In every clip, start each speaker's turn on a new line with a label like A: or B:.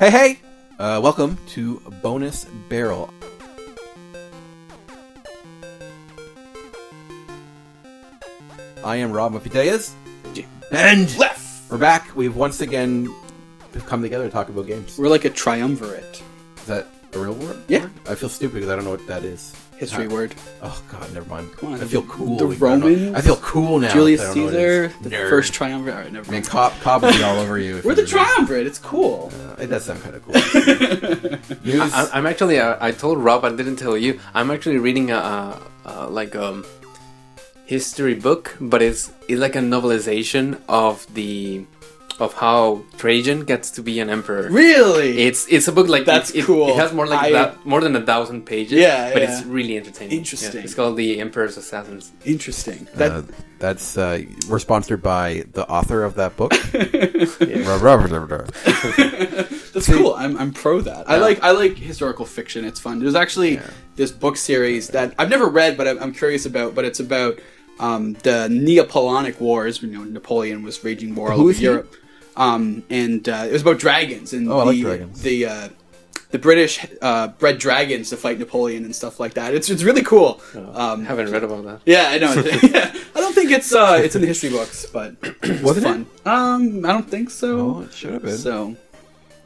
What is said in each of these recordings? A: Hey, hey! Uh, welcome to Bonus Barrel. I am Rob Mafiteas.
B: And left.
A: We're back. We've once again come together to talk about games.
B: We're like a triumvirate.
A: Is that a real word?
B: Yeah.
A: I feel stupid because I don't know what that is.
B: History
A: Huh.
B: word.
A: Oh, God, never mind.
B: Come on,
A: I feel
B: the-
A: cool.
B: the
A: I don't know-
B: Romans,
A: I feel cool now.
B: Julius
A: that I don't know what it
B: Caesar,
A: is.
B: the
A: Nerd.
B: first triumvirate. All right, never
A: I mean,
B: mind.
A: cop, cop would be all over you. if
B: We're
A: you
B: the
A: did that.
B: triumvirate. It's cool.
A: Uh, it does sound kind of cool. News.
C: I, I'm actually. Uh, I told Rob. I didn't tell you. I'm actually reading a, uh uh like um history book, but it's it's like a novelization of the of how Trajan gets to be an emperor.
B: Really?
C: It's it's a book like
B: That's
C: it, it-
B: cool.
C: It has more like
B: I-
C: that more than a thousand pages.
B: Yeah,
C: but
B: yeah.
C: it's really entertaining. Yeah,
B: Interesting.
C: it's called The Emperor's Assassins.
B: Interesting. That
A: Uh, that's uh, we're sponsored by the author of that book.
B: that's cool. I'm, I'm pro that. I like I like historical fiction. It's fun. There's actually this book series that I've never read, but I'm, I'm curious about. But it's about um, the Neapolitan Wars. You know, Napoleon was raging war all
A: Who
B: over
A: is he?
B: Europe, um, and uh, it was about dragons and
A: Oh, I
B: the
A: like dragons.
B: the uh, the British uh, bred dragons to fight Napoleon and stuff like that. It's it's really cool.
A: Oh.
B: Um,
C: haven't read about that.
B: yeah, I know. yeah, I don't think it's uh, it's in the history books, but it's
A: Wasn't it?
B: fun. Um, I don't think so.
A: Oh, it should have been.
B: so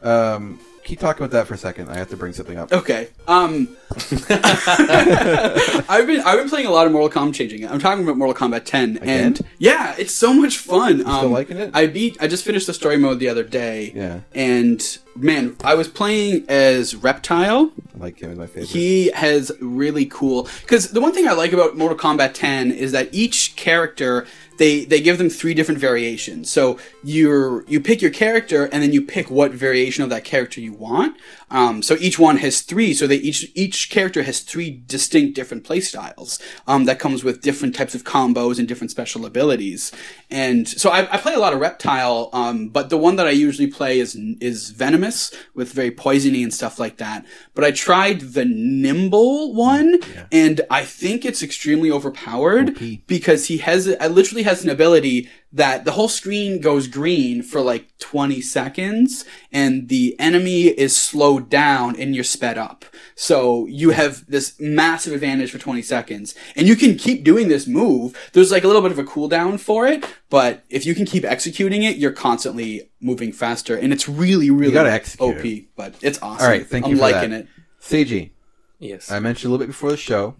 A: Um, can you talk about that for a second? I have to bring something up.
B: Okay. Um, I've been I've been playing a lot of Mortal Kombat changing. it. I'm talking about Mortal Kombat 10, and yeah, it's so much fun. um,
A: liking it?
B: I beat. I just finished the story mode the other day.
A: Yeah.
B: And man, I was playing as Reptile.
A: I like him is my favorite.
B: He has really cool because the one thing I like about Mortal Kombat 10 is that each character they they give them three different variations. So you you pick your character and then you pick what variation of that character you want. Um, so each one has three. So they each each character has three distinct different play styles um, that comes with different types of combos and different special abilities. And so I, I play a lot of Reptile, um, but the one that I usually play is is Venomous with very poisony and stuff like that. But I tried the Nimble one,
A: Mm,
B: and I think it's extremely overpowered because he has I literally has an ability that the whole screen goes green for like 20 seconds, and the enemy is slowed down and you're sped up. So you have this massive advantage for 20 seconds, and you can keep doing this move. There's like a little bit of a cooldown for it, but if you can keep executing it, you're constantly moving faster, and it's really, really
A: gotta execute
B: OP. But it's awesome.
A: All right, thank
B: I'm
A: you for
B: liking
A: that.
B: it.
A: Seiji,
C: Yes.
A: I mentioned a little bit before the show,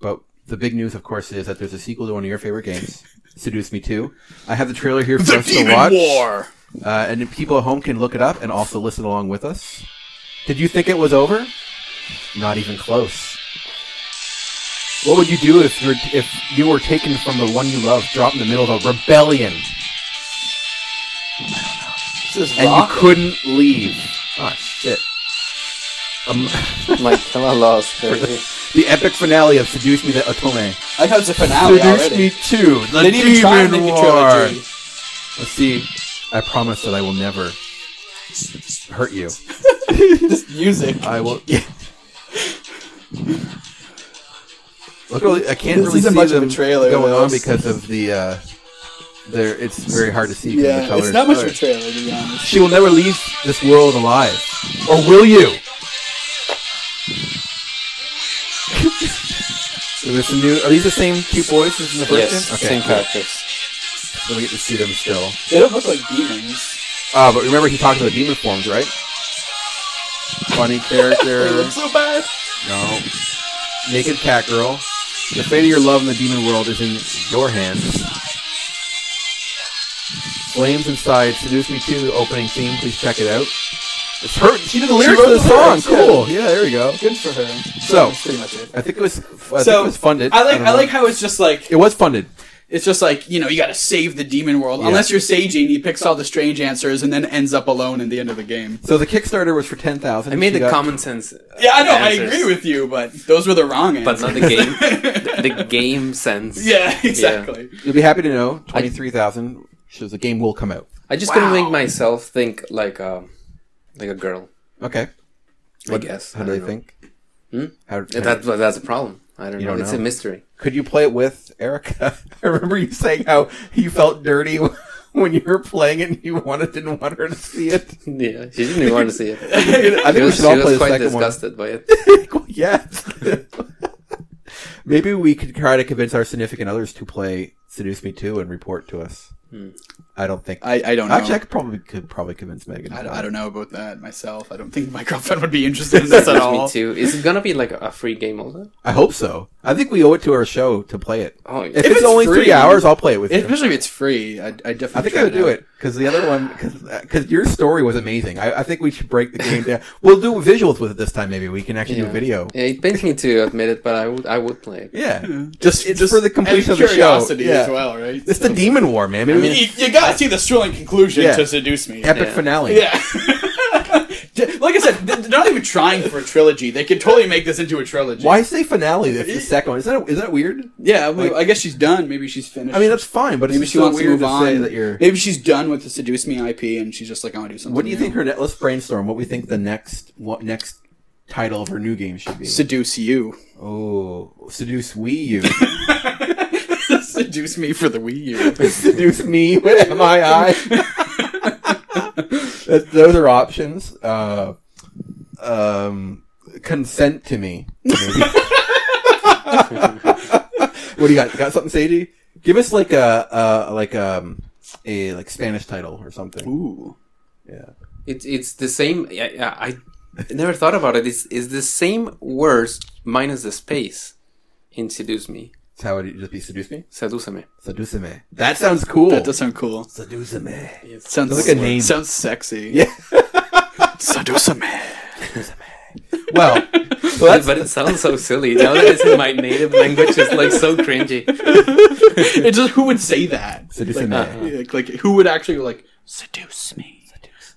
A: but the big news, of course, is that there's a sequel to one of your favorite games, Seduce Me Too. I have the trailer here for us to watch, Uh, and people at home can look it up and also listen along with us. Did you think it was over? Not even close. What would you do if you were, if you were taken from the one you love, dropped in the middle of a rebellion?
B: This is
A: and
B: rock.
A: you couldn't leave. Ah, shit. Um,
C: like hella lost.
A: the epic finale of Seduce Me to Otome.
B: I thought it's a finale
A: Seduce
B: already.
A: Me to the
B: they didn't even try and
A: Demon
B: make a
A: War.
B: trilogy.
A: Let's see. I promise that I will never hurt you.
B: Just music.
A: I will. Yeah. Look, really- I can't
B: This
A: really
B: isn't
A: see
B: much of a
A: them
B: trailer,
A: going
B: though.
A: on because of the. Uh, there, it's very hard to see. 'cause of the
B: yeah,
A: colors.
B: it's not much
A: All
B: of a
A: right.
B: trailer to be honest.
A: She will never leave this world alive. Or will you? so there's some new. Are these the same two boys as in the first
C: yes.
A: game?
C: Same
A: cool.
C: characters.
A: So we get to see them still.
B: They don't look like demons.
A: Ah, but remember he talked about demon forms, right? Funny
B: They
A: character.
B: look so bad.
A: no. Naked cat girl. The fate of your love in the demon world is in your hands. Flames inside. Seduce me too. Opening theme. Please check it out. It's her. She did the lyrics
B: wrote
A: for the
B: the
A: song.
B: lyrics, yeah.
A: Cool. Yeah, there we go.
B: Good for her.
A: So-
B: That's pretty much it.
A: I think it was. I think
B: So,
A: it was funded.
B: I like
A: don't
B: I,
A: know.
B: like how it's just like
A: It was funded.
B: it's just like you know you got to save the demon world
A: Yeah.
B: unless you're Seiji and he picks all the strange answers and then ends up alone at the end of the game.
A: So the Kickstarter was for ten thousand.
C: I made the common sense. uh,
B: Yeah, I know. I
C: answers,
B: agree with you, but those were the wrong answers.
C: but not the game. the, the game sense.
B: yeah, exactly.
A: You'll be happy to know twenty three thousand shows the game will come out.
C: I just couldn't
B: Wow.
C: make myself think like a like a girl.
A: Okay.
C: I guess.
A: How do they
C: I don't know. Hmm?
A: think? How, how-
C: That, that- that's a problem. I don't know.
A: don't
C: it's
A: know.
C: a mystery.
A: could you play it with Erica? I remember you saying how you felt dirty when you were playing it and you wanted didn't want her to see it?
C: Yeah, she didn't even want to see it.
A: I
C: She
A: think we
C: was,
A: should
C: she
A: all play
C: was
A: the
C: quite
A: second one.
C: disgusted by it.
A: yes. Maybe we could try to convince our significant others to play "Seduce Me Too" and report to us. I don't think.
B: I, I don't know.
A: Actually, I could probably could probably convince Megan.
B: I,
A: about
B: don't-
A: it.
B: I don't know about that myself. I don't think my girlfriend would be interested in this at all.
C: Me too. Is it gonna be like a free game also?
A: I hope so. I think we owe it to our show to play it.
C: Oh, yeah.
A: If, it's,
B: it's
A: only
B: free-
A: three hours, I'll play it with you.
B: Especially if it's free, I, I definitely.
A: I think
B: try
A: I would do
B: out.
A: it because the other one because your story was amazing. I, I think we should break the game down. We'll do visuals with it this time. Maybe we can actually do
C: Yeah.
A: a video.
C: Yeah, it pains me to admit it, but I would I would play it.
A: Yeah, just it's for the
B: out
A: completion of the show.
B: curiosity
A: Yeah.
B: as well, right?
A: It's the demon war, man. Maybe
B: you, you gotta see the thrilling conclusion
A: Yeah.
B: to seduce me.
A: epic
C: Yeah.
A: finale.
B: Yeah. like I said, they're not even trying for a trilogy. They could totally make this into a trilogy.
A: Why say finale? That's the second one. Is that is that weird?
B: Yeah, well, I guess she's done. Maybe she's finished.
A: I mean, that's fine, but it's
B: maybe
A: just
B: she
A: so
B: wants to
A: weird
B: move
A: to say
B: on.
A: that you're.
B: Maybe she's done with the seduce me IP, and she's just like, I want to do something.
A: What do you
B: new.
A: think her? Ne- let's brainstorm. What we think the next what next title of her new game should be?
B: Seduce you.
A: oh, seduce Wii U.
B: seduce me for the Wii U.
A: seduce me with my eye. That- Those are options. Uh, um, consent to me. maybe. what do you got? Got something, Sadie? Give us like a, a like um a like Spanish title or something.
B: Ooh.
A: Yeah.
C: It's it's the same. Yeah, yeah, I never thought about it. It's it's the same words minus the space in seduce me,
A: That's how it just be seduce me.
C: seduce me.
A: Seduce me. That sounds cool.
B: That does sound cool.
A: seduce me.
B: Sounds
A: Sounds like a name.
B: Sounds sexy.
A: Yeah.
B: seduce me.
A: Well, so that's,
C: but it sounds so silly now that it's in my native language. It's like so cringy.
B: It's just who would say that?
A: seduce
B: like,
A: me.
C: uh-huh.
B: like, like, who would actually like seduce me?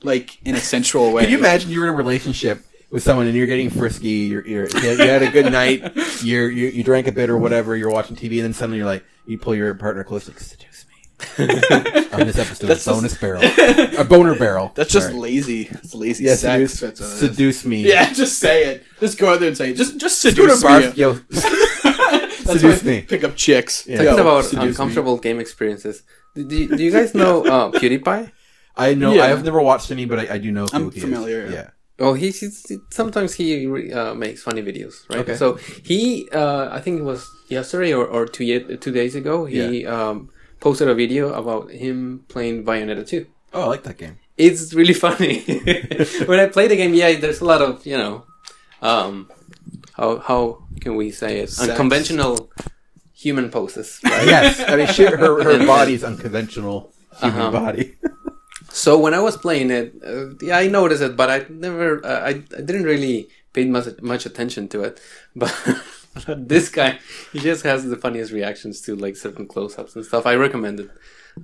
B: Like in a sensual way.
A: Can you imagine you were in a relationship with someone and you're getting frisky? You're, you're you you had a good night. You're, you you drank a bit or whatever. You're watching TV and then suddenly you're like you pull your partner close like seduce me. On this episode,
B: That's
A: of bonus barrel, a boner barrel.
B: That's just
A: Sorry.
B: lazy. It's lazy
A: yeah.
B: sex.
A: Seduce,
B: That's what it is.
A: seduce me.
B: Yeah, just say it. Just go out there and say it. Just just
A: Do it
B: seduce
A: a barf,
B: me.
A: yo.
B: That's
A: seduce
B: why I
A: me.
B: Pick up chicks.
A: Yeah.
C: Talking
B: Yo,
C: about
B: seduce me.
C: uncomfortable game experiences. Do, do, you- do you guys know uh, PewDiePie?
A: I know.
B: Yeah.
A: I have never watched any, but I, I do know.
B: I'm
A: who he is.
B: familiar, yeah.
A: Yeah.
C: Oh, he's, he's sometimes he re- uh, makes funny videos, right?
A: Okay.
C: So he, uh, I think it was yesterday or, or two ye- two days ago, he um, posted a video about him playing Bayonetta two.
A: Oh, I like that game.
C: It's really funny. when I play the game, yeah, there's a lot of you know, um, how how can we say it?
B: Sex.
C: Unconventional human poses. right?
A: Uh, yes. I mean, she, her her body's unconventional human
C: Uh-huh.
A: body.
C: So when I was playing it, uh, yeah, I noticed it, but I never, uh, I, I didn't really pay much much attention to it. But this guy, he just has the funniest reactions to like certain close-ups and stuff. I recommend it.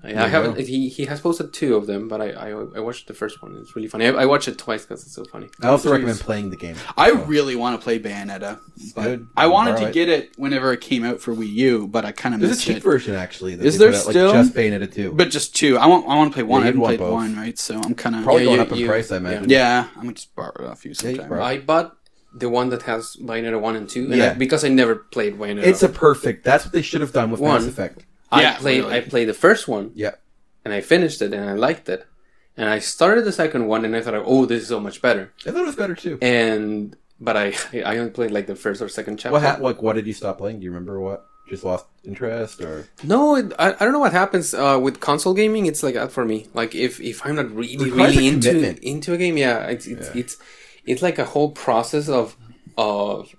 C: I, I
A: you
C: haven't.
A: go.
C: He he has posted two of them, but I I, I watched the first one. It's really funny. I, I watched it twice because it's so funny.
A: I also
B: Oh,
A: recommend playing the game.
B: I really want to play Bayonetta. but
A: good.
B: I wanted
A: Borrow
B: to
A: it.
B: get it whenever it came out for Wii U, but I kind of
A: There's a
B: missed
A: cheap
B: it.
A: version actually. That
B: Is
A: they put
B: there
A: out,
B: still?
A: like, just Bayonetta two?
B: But just two. I want. I want to play one.
A: Yeah, you'd
B: I haven't
A: want
B: played
A: both.
B: one, right? So I'm kind of.
A: Probably
C: Yeah,
A: going
C: you-
A: up in
C: you-
A: price, I imagine.
B: Yeah, I'm gonna just borrow it off you
A: you
B: sometime.
A: borrow
C: I bought the one that has Bayonetta one and two, and I-
A: Yeah.
C: because I never played Bayonetta.
A: It's a perfect. That's what they should have done with
C: One.
A: Mass Effect.
C: I
B: Yeah,
C: played
B: really.
C: I played the first one,
A: Yeah.
C: and I finished it, and I liked it. And I started the second one, and I thought, oh, this is so much better.
A: I thought it was better too.
C: and but I I only played like the first or second chapter.
A: What ha- like what did you stop playing? Do you remember what? Just lost interest or
C: no, it, I, I don't know what happens uh, with console gaming. It's like that for me. Like if if I'm not really
A: Requires
C: really
A: a
C: into
A: commitment.
C: into a game, yeah, it's it's it's it's like a whole process of of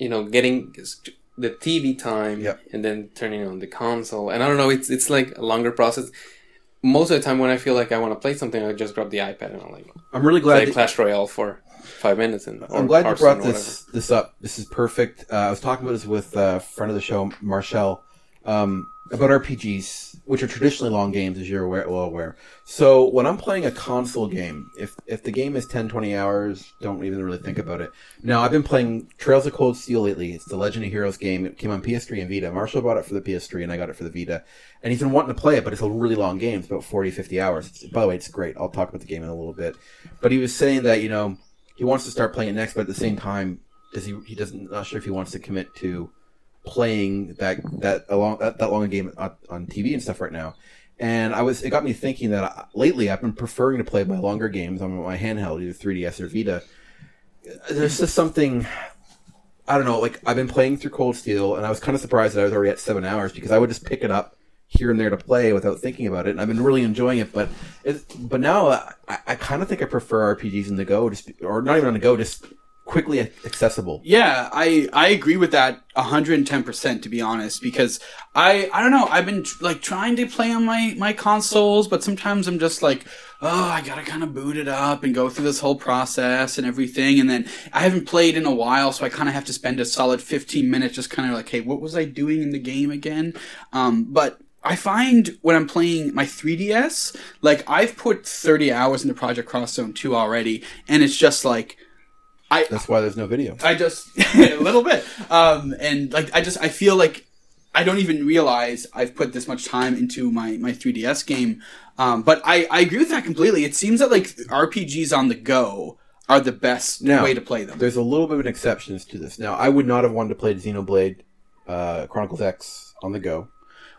C: you know getting st- the TV time
A: Yep.
C: and then turning on the console. And I don't know, it's it's like a longer process. Most of the time, when I feel like I want to play something, I just grab the iPad and I'm like
A: I'm really glad
C: play
A: that-
C: Clash Royale for five minutes. And or
A: I'm glad you
C: Hearthstone or
A: brought this this up. This is perfect. Uh, I was talking about this with uh, a friend of the show, Marcel, um, about RPGs, which are traditionally long games, as you're aware, well aware. So when I'm playing a console game, if if the game is 10, 20 hours, don't even really think about it. Now I've been playing Trails of Cold Steel lately. It's the Legend of Heroes game. It came on PS3 and Vita. Marshall bought it for the PS3, and I got it for the Vita. And he's been wanting to play it, but it's a really long game. It's about 40, 50 hours. It's- by the way, it's great. I'll talk about the game in a little bit. But he was saying that you know he wants to start playing it next, but at the same time, does he? He doesn't. Not sure if he wants to commit to playing that that along that, that long a game on, on TV and stuff right now. and I was it got me thinking that I, lately I've been preferring to play my longer games on my handheld, either 3DS or Vita. There's just something I don't know. Like I've been playing through Cold Steel, and I was kind of surprised that I was already at seven hours because I would just pick it up here and there to play without thinking about it, and I've been really enjoying it. But it, but now uh, I, I kind of think I prefer RPGs on the go, just or not even on the go, just quickly accessible.
B: Yeah, I I agree with that 110% to be honest because I I don't know, I've been tr- like trying to play on my my consoles, but sometimes I'm just like, oh, I got to kind of boot it up and go through this whole process and everything and then I haven't played in a while, so I kind of have to spend a solid 15 minutes just kind of like, hey, what was I doing in the game again? Um but I find when I'm playing my 3DS, like I've put 30 hours into Project Cross Zone 2 already, and it's just like I,
A: That's why there's no video.
B: I just a little bit, um, and like I just I feel like I don't even realize I've put this much time into my my 3DS game. Um, but I I agree with that completely. It seems that like RPGs on the go are the best
A: No.
B: way to play them.
A: There's a little bit of an exceptions to this. Now, I would not have wanted to play Xenoblade uh, Chronicles X on the go.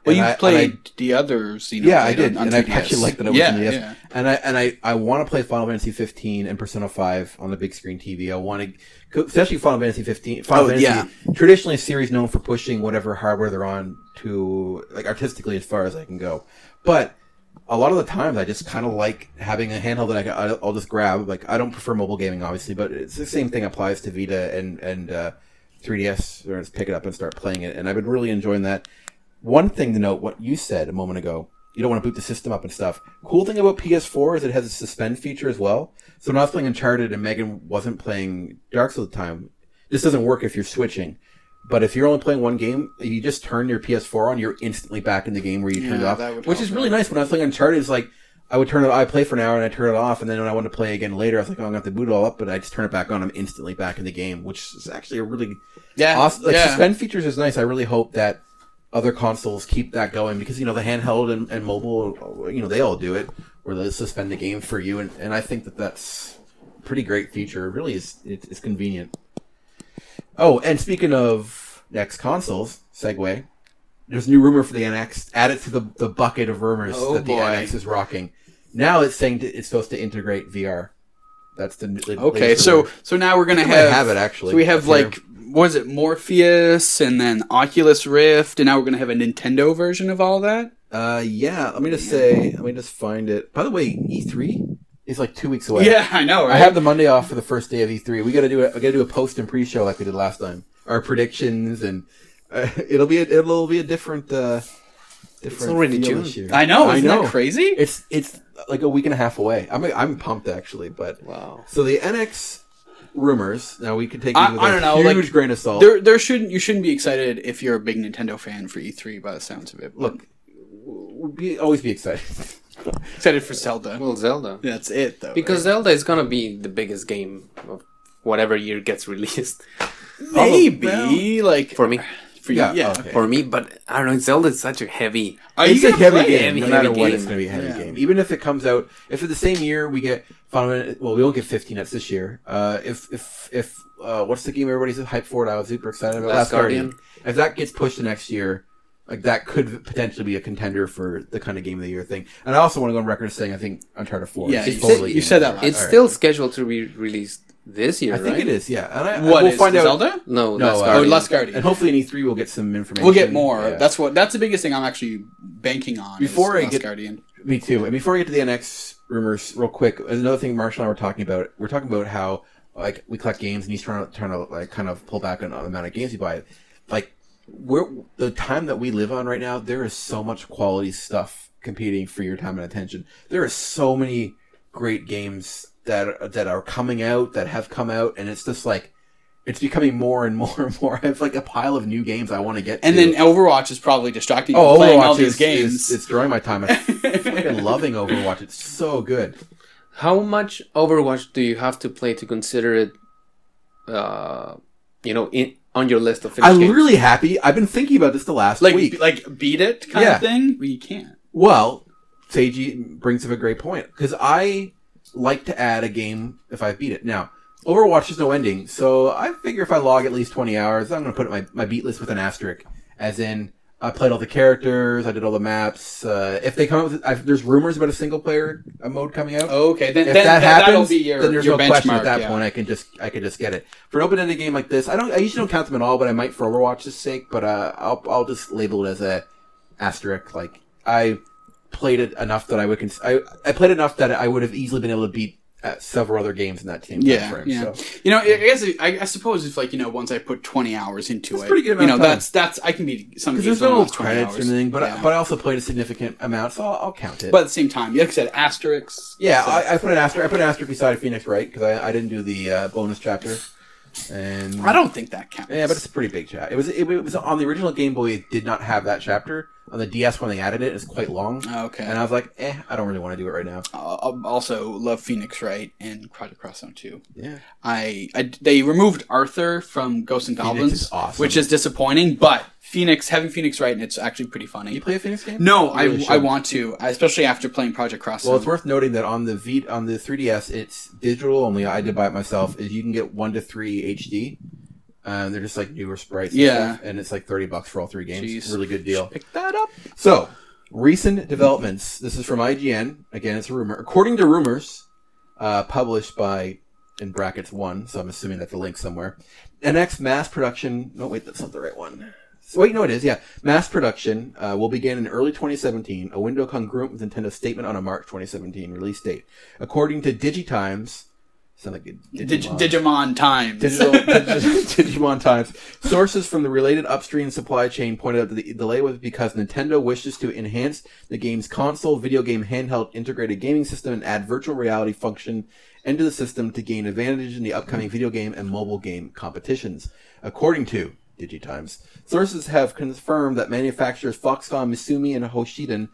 B: Well,
A: And
B: you
A: I- and I-
B: played the others, you know,
A: yeah, I
B: played
A: did,
B: on- on
A: and I
B: 3DS.
A: actually like that it was
B: yeah,
A: in the DS.
B: yeah.
A: And I and I, I want to play Final Fantasy 15 and Persona 5 on the big screen TV. I want to, especially Final Fantasy 15. Final
B: Oh,
A: Fantasy
B: yeah.
A: traditionally a series known for pushing whatever hardware they're on to like artistically as far as I can go. But a lot of the times, I just kind of like having a handheld that I can, I'll- I'll just grab. Like I don't prefer mobile gaming, obviously, but it's the same thing applies to Vita and and uh, 3DS. Or just pick it up and start playing it. And I've been really enjoying that. One thing to note, what you said a moment ago, you don't want to boot the system up and stuff. Cool thing about PS4 is it has a suspend feature as well. So when I was playing Uncharted and Megan wasn't playing Dark Souls at the time, this doesn't work if you're switching. But if you're only playing one game, if you just turn your PS4 on, you're instantly back in the game where you turned it
B: Yeah,
A: off,
B: that would
A: which
B: help,
A: is really nice. When I was playing Uncharted, it's like I would turn it, I play for an hour and I turn it off, and then when I want to play again later, I was like, oh, I'm gonna have to boot it all up, but I just turn it back on, I'm instantly back in the game, which is actually a really
B: Yeah,
A: awesome. Like,
B: yeah.
A: Suspend features is nice. I really hope that other consoles keep that going because you know the handheld and, and mobile, you know they all do it, where they suspend the game for you, and, and I think that that's a pretty great feature. It really is. It, it's convenient. Oh, and speaking of next consoles, segue. There's new rumor for the NX. Add it to the, the bucket of rumors
C: Oh,
A: that the
C: boy.
A: NX is rocking. Now it's saying that it's supposed to integrate VR. That's the, the
B: Okay,
A: latest
B: so
A: rumor.
B: so now we're gonna
A: I
B: have,
A: have it actually.
B: So we have
A: Here.
B: like was it Morpheus and then Oculus Rift, and now we're gonna have a Nintendo version of all that.
A: Uh, yeah. Let me just say. Let me just find it. By the way, E3 is like two weeks away.
B: Yeah, I know. Right?
A: I have the Monday off for the first day of E3. We got to do. A, we got to do a post and pre-show like we did last time. Our predictions and uh, it'll be a, it'll be a different uh, different.
C: already
A: feel
C: June.
A: this year.
B: I know.
A: I
B: Isn't
A: know.
B: that crazy?
A: It's it's like a week and a half away. I'm I'm pumped actually, but
C: Wow.
A: so the NX rumors. Now we could take
B: I-
A: these with
B: I
A: a
B: don't know,
A: huge
B: like,
A: grain of salt.
B: There, there shouldn't you shouldn't be excited if you're a big Nintendo fan for E3 by the sounds of it.
A: Look, w- be always be excited.
B: excited for Zelda.
C: Well, Zelda.
B: That's it though.
C: Because Zelda is gonna be the biggest game of whatever year gets released
B: right? maybe
A: Probably-
B: like
C: for me.
B: for you, yeah.
A: Yeah, okay.
C: For me, but I don't know. Zelda is such a heavy.
B: Are
A: it's
B: you
A: a
B: gonna
A: heavy
B: play
A: game.
C: Heavy,
A: no matter
C: heavy
A: what,
C: game.
A: it's going to be a heavy
B: Yeah.
A: game. Even if it comes out, if at the same year we get Final Fantasy, well, we won't get 15 that's this year. Uh, if if if uh, what's the game everybody's hyped for? it? I was super excited about
C: Last
A: Last Guardian. If that gets pushed to next year, like that could potentially be a contender for the kind of game of the year thing. And I also want to go on record saying I think Uncharted 4.
B: Yeah,
A: is
B: you
A: totally
B: said-
A: game
B: you said
A: of the
B: that
A: year.
B: last-
C: It's
A: All right.
C: still scheduled to be released this year,
A: I think
C: right?
A: it is. Yeah, and I,
B: What
A: we'll
B: is
A: find
B: the
A: out.
B: Zelda?
A: No,
C: No, that's
A: uh,
B: Oh,
C: Guardian.
B: Last Guardian.
A: And hopefully in E3 we'll get some information.
B: We'll get more.
A: Yeah.
B: That's what. That's the biggest thing I'm actually banking on. is
A: Before I
B: Last
A: get-
B: Guardian.
A: Me too. And before we get to the NX rumors, real quick, there's another thing Marshall and I were talking about. We're talking about how like we collect games, and he's trying to trying to like kind of pull back on the amount of games you buy. Like we're the time that we live on right now, there is so much quality stuff competing for your time and attention. There are so many great games that that are coming out that have come out, and it's just like it's becoming more and more and more. I have like a pile of new games I want to get.
B: And
A: to.
B: then Overwatch is probably distracting.
A: Oh,
B: you playing all
A: Overwatch
B: these
A: is,
B: games.
A: is it's drawing my time. I'm fucking loving Overwatch. It's so good.
C: How much Overwatch do you have to play to consider it, uh, you know, in, on your list of finished
A: I'm
C: games?
A: really happy. I've been thinking about this the last
B: like
A: week.
B: like beat it kind
A: Yeah.
B: of thing. Well, you can't.
A: well, Seiji brings up a great point because I like to add a game if I beat it. Now, Overwatch is no ending, so I figure if I log at least 20 hours, I'm going to put my, my beat list with an asterisk, as in I played all the characters. I did all the maps. Uh, if they come out with, i there's rumors about a single player uh, mode coming out.
B: Okay, then,
A: if
B: then
A: that
B: then that'll
A: happens,
B: be your,
A: then there's
B: your
A: no
B: benchmark,
A: question at that
B: yeah.
A: point. I can just I can just get it for an open-ended game like this. I don't. I usually don't count them at all, but I might for Overwatch's sake. But uh, I'll I'll just label it as a asterisk. Like I played it enough that I would. Cons- I I played enough that I would have easily been able to beat uh, several other games in that same
B: Yeah,
A: time frame.
B: yeah.
A: So
B: You know, I I guess I, I suppose if like you know, once I put twenty hours into
A: That's
B: it,
A: pretty good
B: you
A: amount
B: know,
A: of time.
B: that's that's I can be some
A: because
B: games
A: there's no
B: only last 20
A: credits or
B: hours.
A: anything, but
B: Yeah.
A: I, but I also played a significant amount, so I'll, I'll count it.
B: but at the same time, like I said, asterisks.
A: Yeah,
B: so-
A: I, I put an asterisk. I put an asterisk beside Phoenix Wright because I, I didn't do the uh, bonus chapter. And
B: I don't think that counts.
A: yeah, but it's a pretty big chat. It was it, was on the original Game Boy. It did not have that chapter on the DS when they added it. It's quite long,
B: okay.
A: and I was like, eh, I don't really want to do it right now.
B: Uh, I also love Phoenix Wright and Project Cross Zone 2.
A: Yeah,
B: I, I they removed Arthur from Ghosts and
A: Phoenix
B: Goblins,
A: is awesome.
B: which is disappointing. But Phoenix having Phoenix Wright and it's actually pretty
A: you
B: funny.
A: play a Phoenix game?
B: No,
A: You really
B: I, I
A: should.
B: want to, especially after playing Project Cross.
A: Well,
B: Zone.
A: it's worth noting that on the V on the 3DS, it's digital only. I did buy it myself. Is you can get one to three HD. Um, they're just like newer sprites. and
B: Yeah.
A: stuff, and it's like thirty bucks for all three games.
B: Jeez.
A: Really good deal.
B: pick that up.
A: So, recent developments. This is from IGN. Again, it's a rumor. According to rumors, uh, published by in brackets one, so I'm assuming that's a link somewhere. NX mass production. No, wait, that's not the right one. So, wait, no, it is. Yeah, mass production uh, will begin in early 2017. A window congruent with Nintendo's statement on a March 2017 release date, according to DigiTimes. Sound like a
B: Dig- Digimon times.
A: Digital Digimon Times. Sources from the related upstream supply chain pointed out that the delay was because Nintendo wishes to enhance the game's console, video game, handheld, integrated gaming system, and add virtual reality function into the system to gain advantage in the upcoming video game and mobile game competitions. According to DigiTimes, sources have confirmed that manufacturers Foxconn, Misumi, and Hoshiden,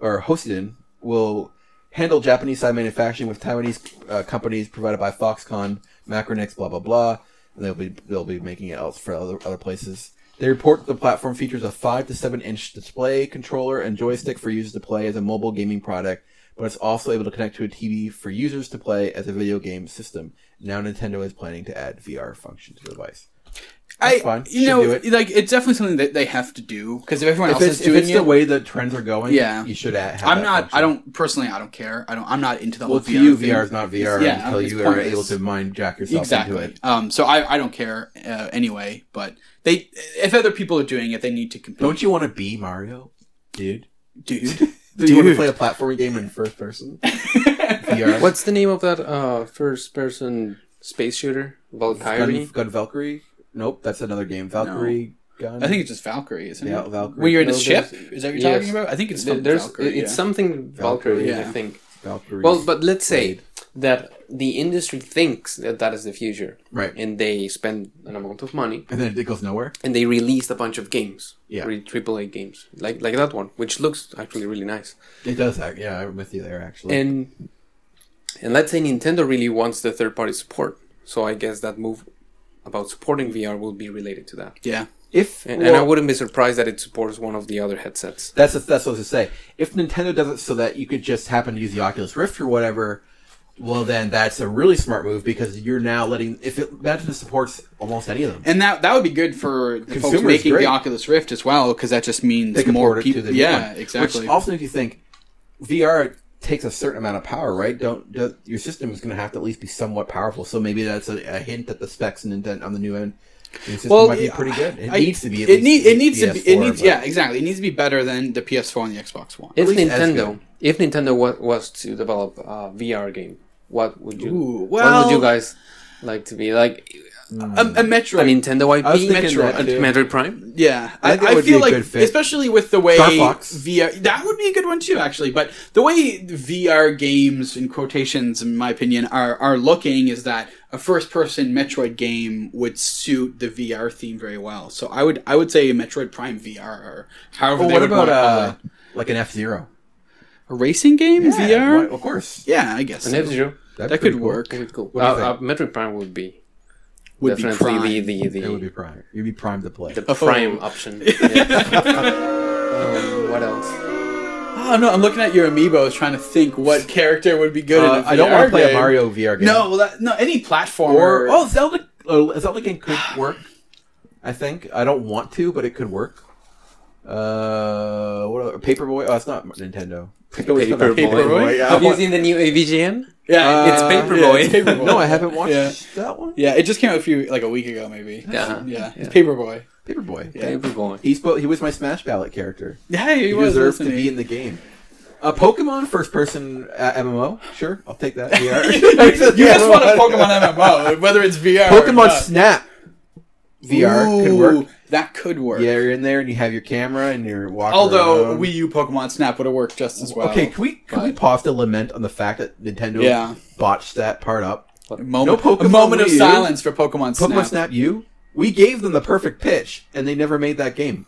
A: or Hosiden, will handle Japanese side manufacturing with Taiwanese uh, companies provided by Foxconn, Macronix, blah blah blah, and they'll be they'll be making it else for other, other places. They report the platform features a five to seven inch display, controller, and joystick for users to play as a mobile gaming product, but it's also able to connect to a TV for users to play as a video game system. Now Nintendo is planning to add VR function to the device.
B: I,
A: fine.
B: you
A: Should
B: know,
A: do it.
B: like it's definitely something that they have to do because if everyone
A: If
B: else
A: it's,
B: is
A: if
B: doing
A: it's the
B: it,
A: way the trends are going,
B: Yeah.
A: you should add. have
B: I'm
A: that
B: not.
A: function.
B: I don't personally. I don't care. I don't. I'm not into the
A: Well,
B: whole
A: to you,
B: thing.
A: VR is not VR
B: Yeah,
A: until
B: it's
A: you are
B: pointless.
A: able to mind jack yourself into it.
B: exactly. Um, so I, I don't care uh, anyway. But they, if other people are doing it, they need to compete.
A: Don't you want to be Mario, dude?
B: dude.
A: Do you want to
B: Dude.
A: play a platforming game in first person? VR.
C: What's the name of that uh, first person space shooter?
A: Gun,
C: Valkyrie?
A: Gun Valkyrie? Nope, that's another game. Valkyrie Gun.
B: I think it's just Valkyrie, isn't
A: Yeah,
B: it?
A: Valkyrie.
B: When you're in a
C: No,
B: ship,
C: there's-
B: is that what you're
C: yes.
B: talking about? I think it's
C: Th-
B: from
C: There's,
B: Valkyrie.
C: it's
B: yeah.
C: something Valkyrie,
A: Valkyrie,
B: yeah.
C: I think.
A: Valkyrie.
C: Well, but let's say
A: Blade.
C: that the industry thinks that that is the future,
A: right.
C: and they spend an amount of money
A: And then it goes nowhere.
C: and they released a bunch of games,
A: Yeah.
C: re- AAA games, like like that one, which looks actually really nice.
A: It does that. Yeah, I'm with you there, actually.
C: And and let's say Nintendo really wants the third party support, so I guess that move about supporting VR will be related to that.
B: yeah.
A: if
C: And, and I
A: well,
C: wouldn't be surprised that it supports one of the other headsets.
A: That's that's what I was to say. If Nintendo does it so that you could just happen to use the Oculus Rift or whatever, well then that's a really smart move because you're now letting if it imagine it supports almost any of them.
B: And that that would be good for the folks
A: Consumers,
B: making
A: great.
B: the Oculus Rift as well, because that just means
A: they can
B: more
A: more it
B: people.
A: to the
B: yeah,
A: one.
B: exactly.
A: Which also makes you think VR takes a certain amount of power, right? Don't, do your system is going to have to at least be somewhat powerful. So maybe that's a, a hint that the specs and intent on the new end the system
B: Well,
A: might be
B: yeah,
A: pretty good. It
B: I-
A: needs to be. At
B: it, need,
A: least
B: it needs to be. It
A: PS4,
B: needs.
A: but-
B: Yeah, exactly. It needs to be better than the PS4 and the Xbox One.
C: If
A: least as
C: Nintendo,
A: good.
C: if Nintendo wa- was to develop a VR game, what would you?
B: Ooh,
C: what
B: well-
C: would you guys like to be like?
B: a, um, a Metroid.
C: A Nintendo IP,
A: I was thinking
C: Metroid,
A: that, too.
C: Metroid Prime.
B: yeah,
A: I
B: I,
A: think it
B: I
A: would be
B: feel
A: a
B: like,
A: good fit.
B: especially with the way
A: Star Fox.
B: VR, that would be a good one too, actually. But the way VR games, in quotations, in my opinion, are are looking is that a first-person Metroid game would suit the VR theme very well. So I would I would say a Metroid Prime VR or however
A: Well,
B: they
A: what
B: would
A: about
B: want to
A: uh,
B: call it.
A: like an F Zero
B: a racing game VR.
A: Of course,
B: Yeah, I guess
C: An
B: so.
C: F-Zero.
A: That'd be
B: that could
A: pretty cool.
B: work.
C: That'd be cool.
A: do you
C: Uh, uh,
A: think?
C: Metroid Prime would be
B: Would be
C: definitely
B: prime.
C: the the the,
A: It would be prime. You'd be primed to play.
C: the prime option. Yeah. um, what else?
B: Oh no, I'm looking at your amiibos, trying to think what character would be good.
A: Uh,
B: in a
A: I don't
B: VR
A: want to play
B: game.
A: a Mario VR game.
B: No, well, that, no, any platformer.
A: Or oh, Zelda. Uh, Zelda game could work. I think I don't want to, but it could work. Uh, what other, Paperboy? Oh, it's not Nintendo. Paperboy.
C: Paperboy.
B: Paperboy?
A: Yeah, I
C: Have you
A: want-
C: seen the new AVGN?
B: Yeah,
A: Uh,
C: it's
B: yeah,
C: Paperboy.
B: it's Paperboy.
A: No, I haven't watched
B: Yeah.
A: that one.
B: Yeah, it just came out a few like a week ago, maybe.
C: Yeah.
B: yeah. It's
C: Yeah.
B: Paperboy.
A: Paperboy.
B: Yeah.
C: Paperboy.
A: He spoke. He was my Smash ballot character.
B: Yeah, he,
A: He
B: was
A: deserved to
B: listening.
A: be in the game. A Pokemon first-person uh, MMO. Sure, I'll take that. VR.
B: you just want a Pokemon MMO, whether it's VR. or
A: Pokemon
B: not.
A: Snap. VR could
B: Ooh,
A: work.
B: That could work.
A: Yeah, you're in there and you have your camera and you're walking.
B: Although
A: around.
B: Wii U Pokemon Snap would have worked just as well.
A: okay, can we can we
B: but-
A: pause to lament on the fact that Nintendo
B: Yeah.
A: botched that part up?
B: A moment,
A: No Pokemon
B: a moment of
A: Wii U.
B: silence for Pokemon,
A: Pokemon
B: Snap.
A: Snap U. We gave them the perfect pitch, and they never made that game.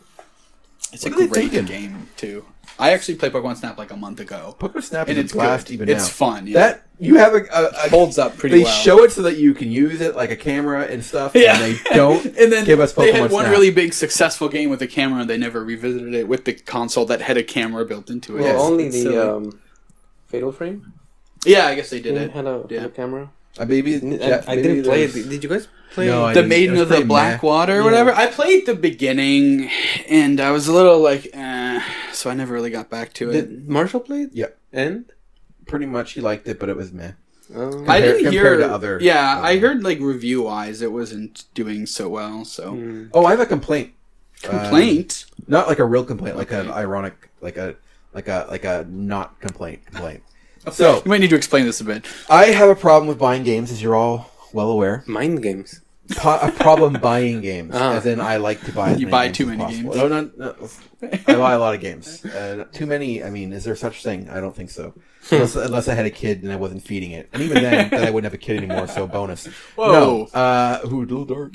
B: It's
A: What
B: a
A: are they
B: great
A: thinking?
B: game too. I actually played Pokemon Snap like a month ago.
A: Pokemon Snap
B: And
A: is
B: it's
A: a blast
B: good.
A: even
B: It's
A: now.
B: fun, yeah.
A: That you have a, a, a-
B: Holds up pretty
A: They
B: well.
A: show it so that you can use it like a camera and stuff.
B: yeah,
A: and they don't
B: and then
A: give us Pokemon
B: they had one
A: Snap.
B: really big successful game with a camera, and they never revisited it with the console that had a camera built into it.
C: Well,
A: Yes,
C: only
B: it's
C: the
B: silly.
C: um, Fatal Frame
B: yeah, I guess they did
C: didn't
B: it.
C: had a,
B: yeah.
C: had a camera.
A: Uh, maybe,
C: I, I didn't play it. Did- Did you guys play
A: No,
C: it?
A: I
B: the
A: didn't-
B: Maiden
A: it was
B: of the
A: pretty
B: Black
A: meh.
B: Water or whatever. I played the beginning, and I was a little like, eh, so I never really got back to it.
C: Did Marshall play it?
A: Yep.
C: And?
A: Pretty much, he liked it, but it was meh.
C: Um,
B: I
A: compare-
B: didn't hear
A: compared to other-
B: Yeah, I
A: um,
B: heard like review wise, it wasn't doing so well. So
C: Mm.
A: Oh, I have a complaint.
B: complaint.
A: Um, not like a real complaint, like an ironic, like a like a like a not complaint complaint. So
B: you might need to explain this a bit.
A: I have a problem with buying games, as you're all well aware.
C: Mind games.
A: Po- a problem buying games,
C: Ah.
A: as in I like to buy. As
B: Uh-huh. You
A: many
B: buy
A: games
B: too
A: as
B: many
A: possible.
B: games.
A: No, no, no. I buy a lot of games. Uh, too many. I mean, is there such thing? I don't think so. Unless, unless I had a kid and I wasn't feeding it, and even then, then I wouldn't have a kid anymore. So bonus.
B: Whoa.
A: No. Uh, ooh, little dark.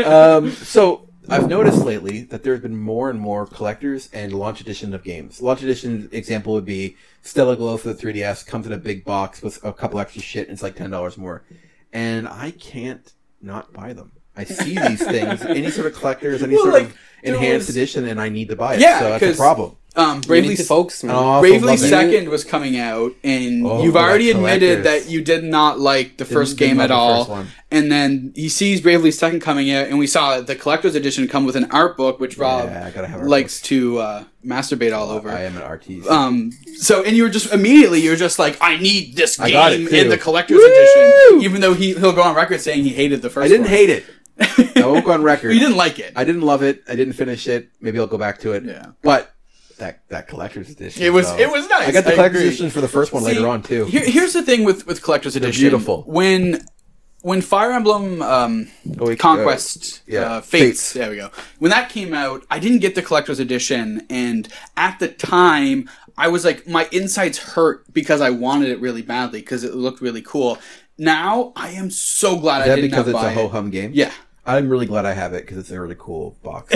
A: um, so I've noticed lately that there's been more and more collectors and launch edition of games. Launch edition example would be Stellar Glow for the 3DS comes in a big box with a couple extra shit and it's like ten dollars more. And I can't not buy them. I see these things, any sort of collectors, any
B: Well,
A: sort
B: like,
A: of enhanced
B: there was-
A: edition, and I need to buy it.
B: Yeah,
A: so that's a
B: 'cause-
A: problem.
B: Um,
C: you
B: Bravely
C: need to focus, man.
A: And I also
B: Bravely
A: love it.
B: Second was coming out, and
A: Oh,
B: you've
A: like
B: already admitted
A: collectors.
B: that you did not like the 1st
A: didn't
B: game
A: love
B: at
A: the
B: all.
A: first one.
B: And then he sees Bravely Second coming out, and we saw the collector's edition come with an art book, which Rob
A: Yeah, I gotta have art
B: likes to uh, masturbate all over.
A: I am an artist.
B: um, so and you were just immediately you were just like, I need this
A: I got it,
B: game
A: too.
B: in the collector's
A: Woo!
B: edition, even though he he'll go on record saying he hated the first.
A: I didn't
B: one.
A: hate it. I won't go on record.
B: You didn't like it.
A: I didn't love it. I didn't finish it. Maybe I'll go back to it.
B: Yeah.
A: But that that collector's edition.
B: It was-
A: though.
B: it was nice.
A: I got the
B: I
A: collector's
B: agree.
A: edition for the first one
B: See,
A: later on too.
B: Here, here's the thing with with collector's edition.
A: beautiful.
B: When when Fire Emblem um,
A: Oh, wait,
B: Conquest
A: uh, yeah,
B: uh, Fates,
A: Fates.
B: there we go. When that came out, I didn't get the collector's edition, and at the time, I was like, my insides hurt because I wanted it really badly because it looked really cool. Now I am so glad I
A: Is that
B: did
A: because
B: not
A: it's
B: buy
A: a ho
B: it.
A: hum game?
B: Yeah.
A: I'm really glad I have it because it's a really cool box.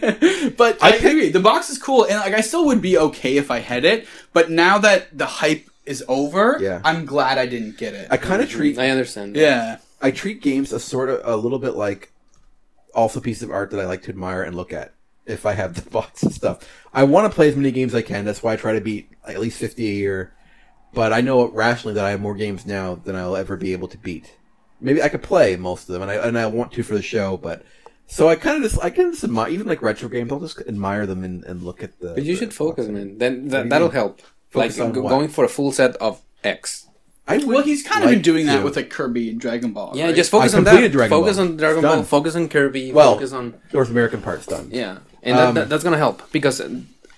B: but I, agree. The box is cool, and like I still would be okay if I had it. But now that the hype is over,
A: Yeah.
B: I'm glad I didn't get it.
A: I kind of treat
C: I understand.
B: yeah.
A: I treat games a sort of a little bit like also pieces of art that I like to admire and look at. If I have the box and stuff, I want to play as many games as I can. That's why I try to beat at least fifty a year. But I know rationally that I have more games now than I'll ever be able to beat. Maybe I could play most of them, and I and I want to for the show. But so I kind of just I can just admire even like retro games. I'll just admire them and, and look at the.
C: But you
A: the
C: should
A: box.
C: focus, man. Then that,
A: you
C: that'll
A: mean?
C: help.
A: Focus
C: like
A: on
C: go-
A: what?
C: going for a full set of X.
A: I would
B: Well, he's kind of
A: like
B: been doing that
A: to.
B: with like Kirby and Dragon Ball.
C: Yeah,
B: right?
C: just focus
A: I
C: on that.
A: completed Dragon
C: focus
A: Ball.
C: on Dragon
A: It's
C: Ball.
A: done.
C: Focus on Kirby.
A: well,
C: focus on
A: North American parts done.
C: yeah, and that,
A: Um,
C: that, that's gonna help because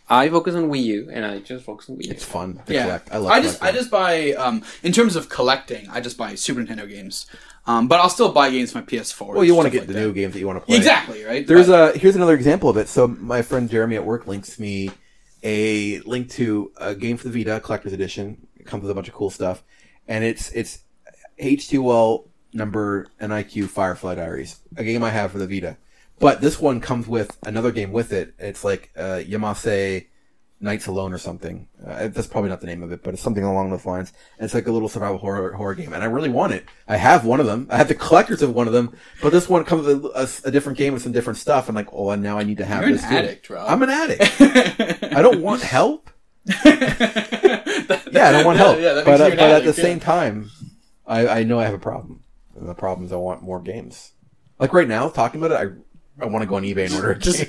C: I focus on Wii U and I just focus on Wii U.
A: it's fun to
B: Yeah.
A: collect. I
B: I,
A: love.
B: just I
A: collecting.
B: just buy um in terms of collecting, I just buy Super Nintendo games. Um, but I'll still buy games for my PS4.
A: Well, you want to
B: stuff
A: get
B: like
A: the
B: that.
A: new games that you want to play.
B: Exactly, right?
A: There's
B: But-
A: a here's another example of it. So my friend Jeremy at work links me a link to a game for the Vita Collector's Edition. It comes with a bunch of cool stuff, and it's it's H2L number NIQ Firefly Diaries, a game I have for the Vita. But this one comes with another game with it. It's like uh, Yamase Nights Alone or something. Uh, that's probably not the name of it, but it's something along those lines. And it's like a little survival horror, horror game, and I really want it. I have one of them. I have the collectors of one of them, but this one comes with a, a different game with some different stuff. And like, oh, and now I need to have
B: You're an
A: this. too.
B: addict, Rob.
A: I'm an addict. I don't want help. Yeah, I don't want help.
B: Yeah, that
A: but
B: makes you
A: uh,
B: an
A: but at the
B: addict, yeah.
A: same time, I, I know I have a problem. And the problem is I want more games. Like right now, talking about it, I I want to go on eBay and order a game.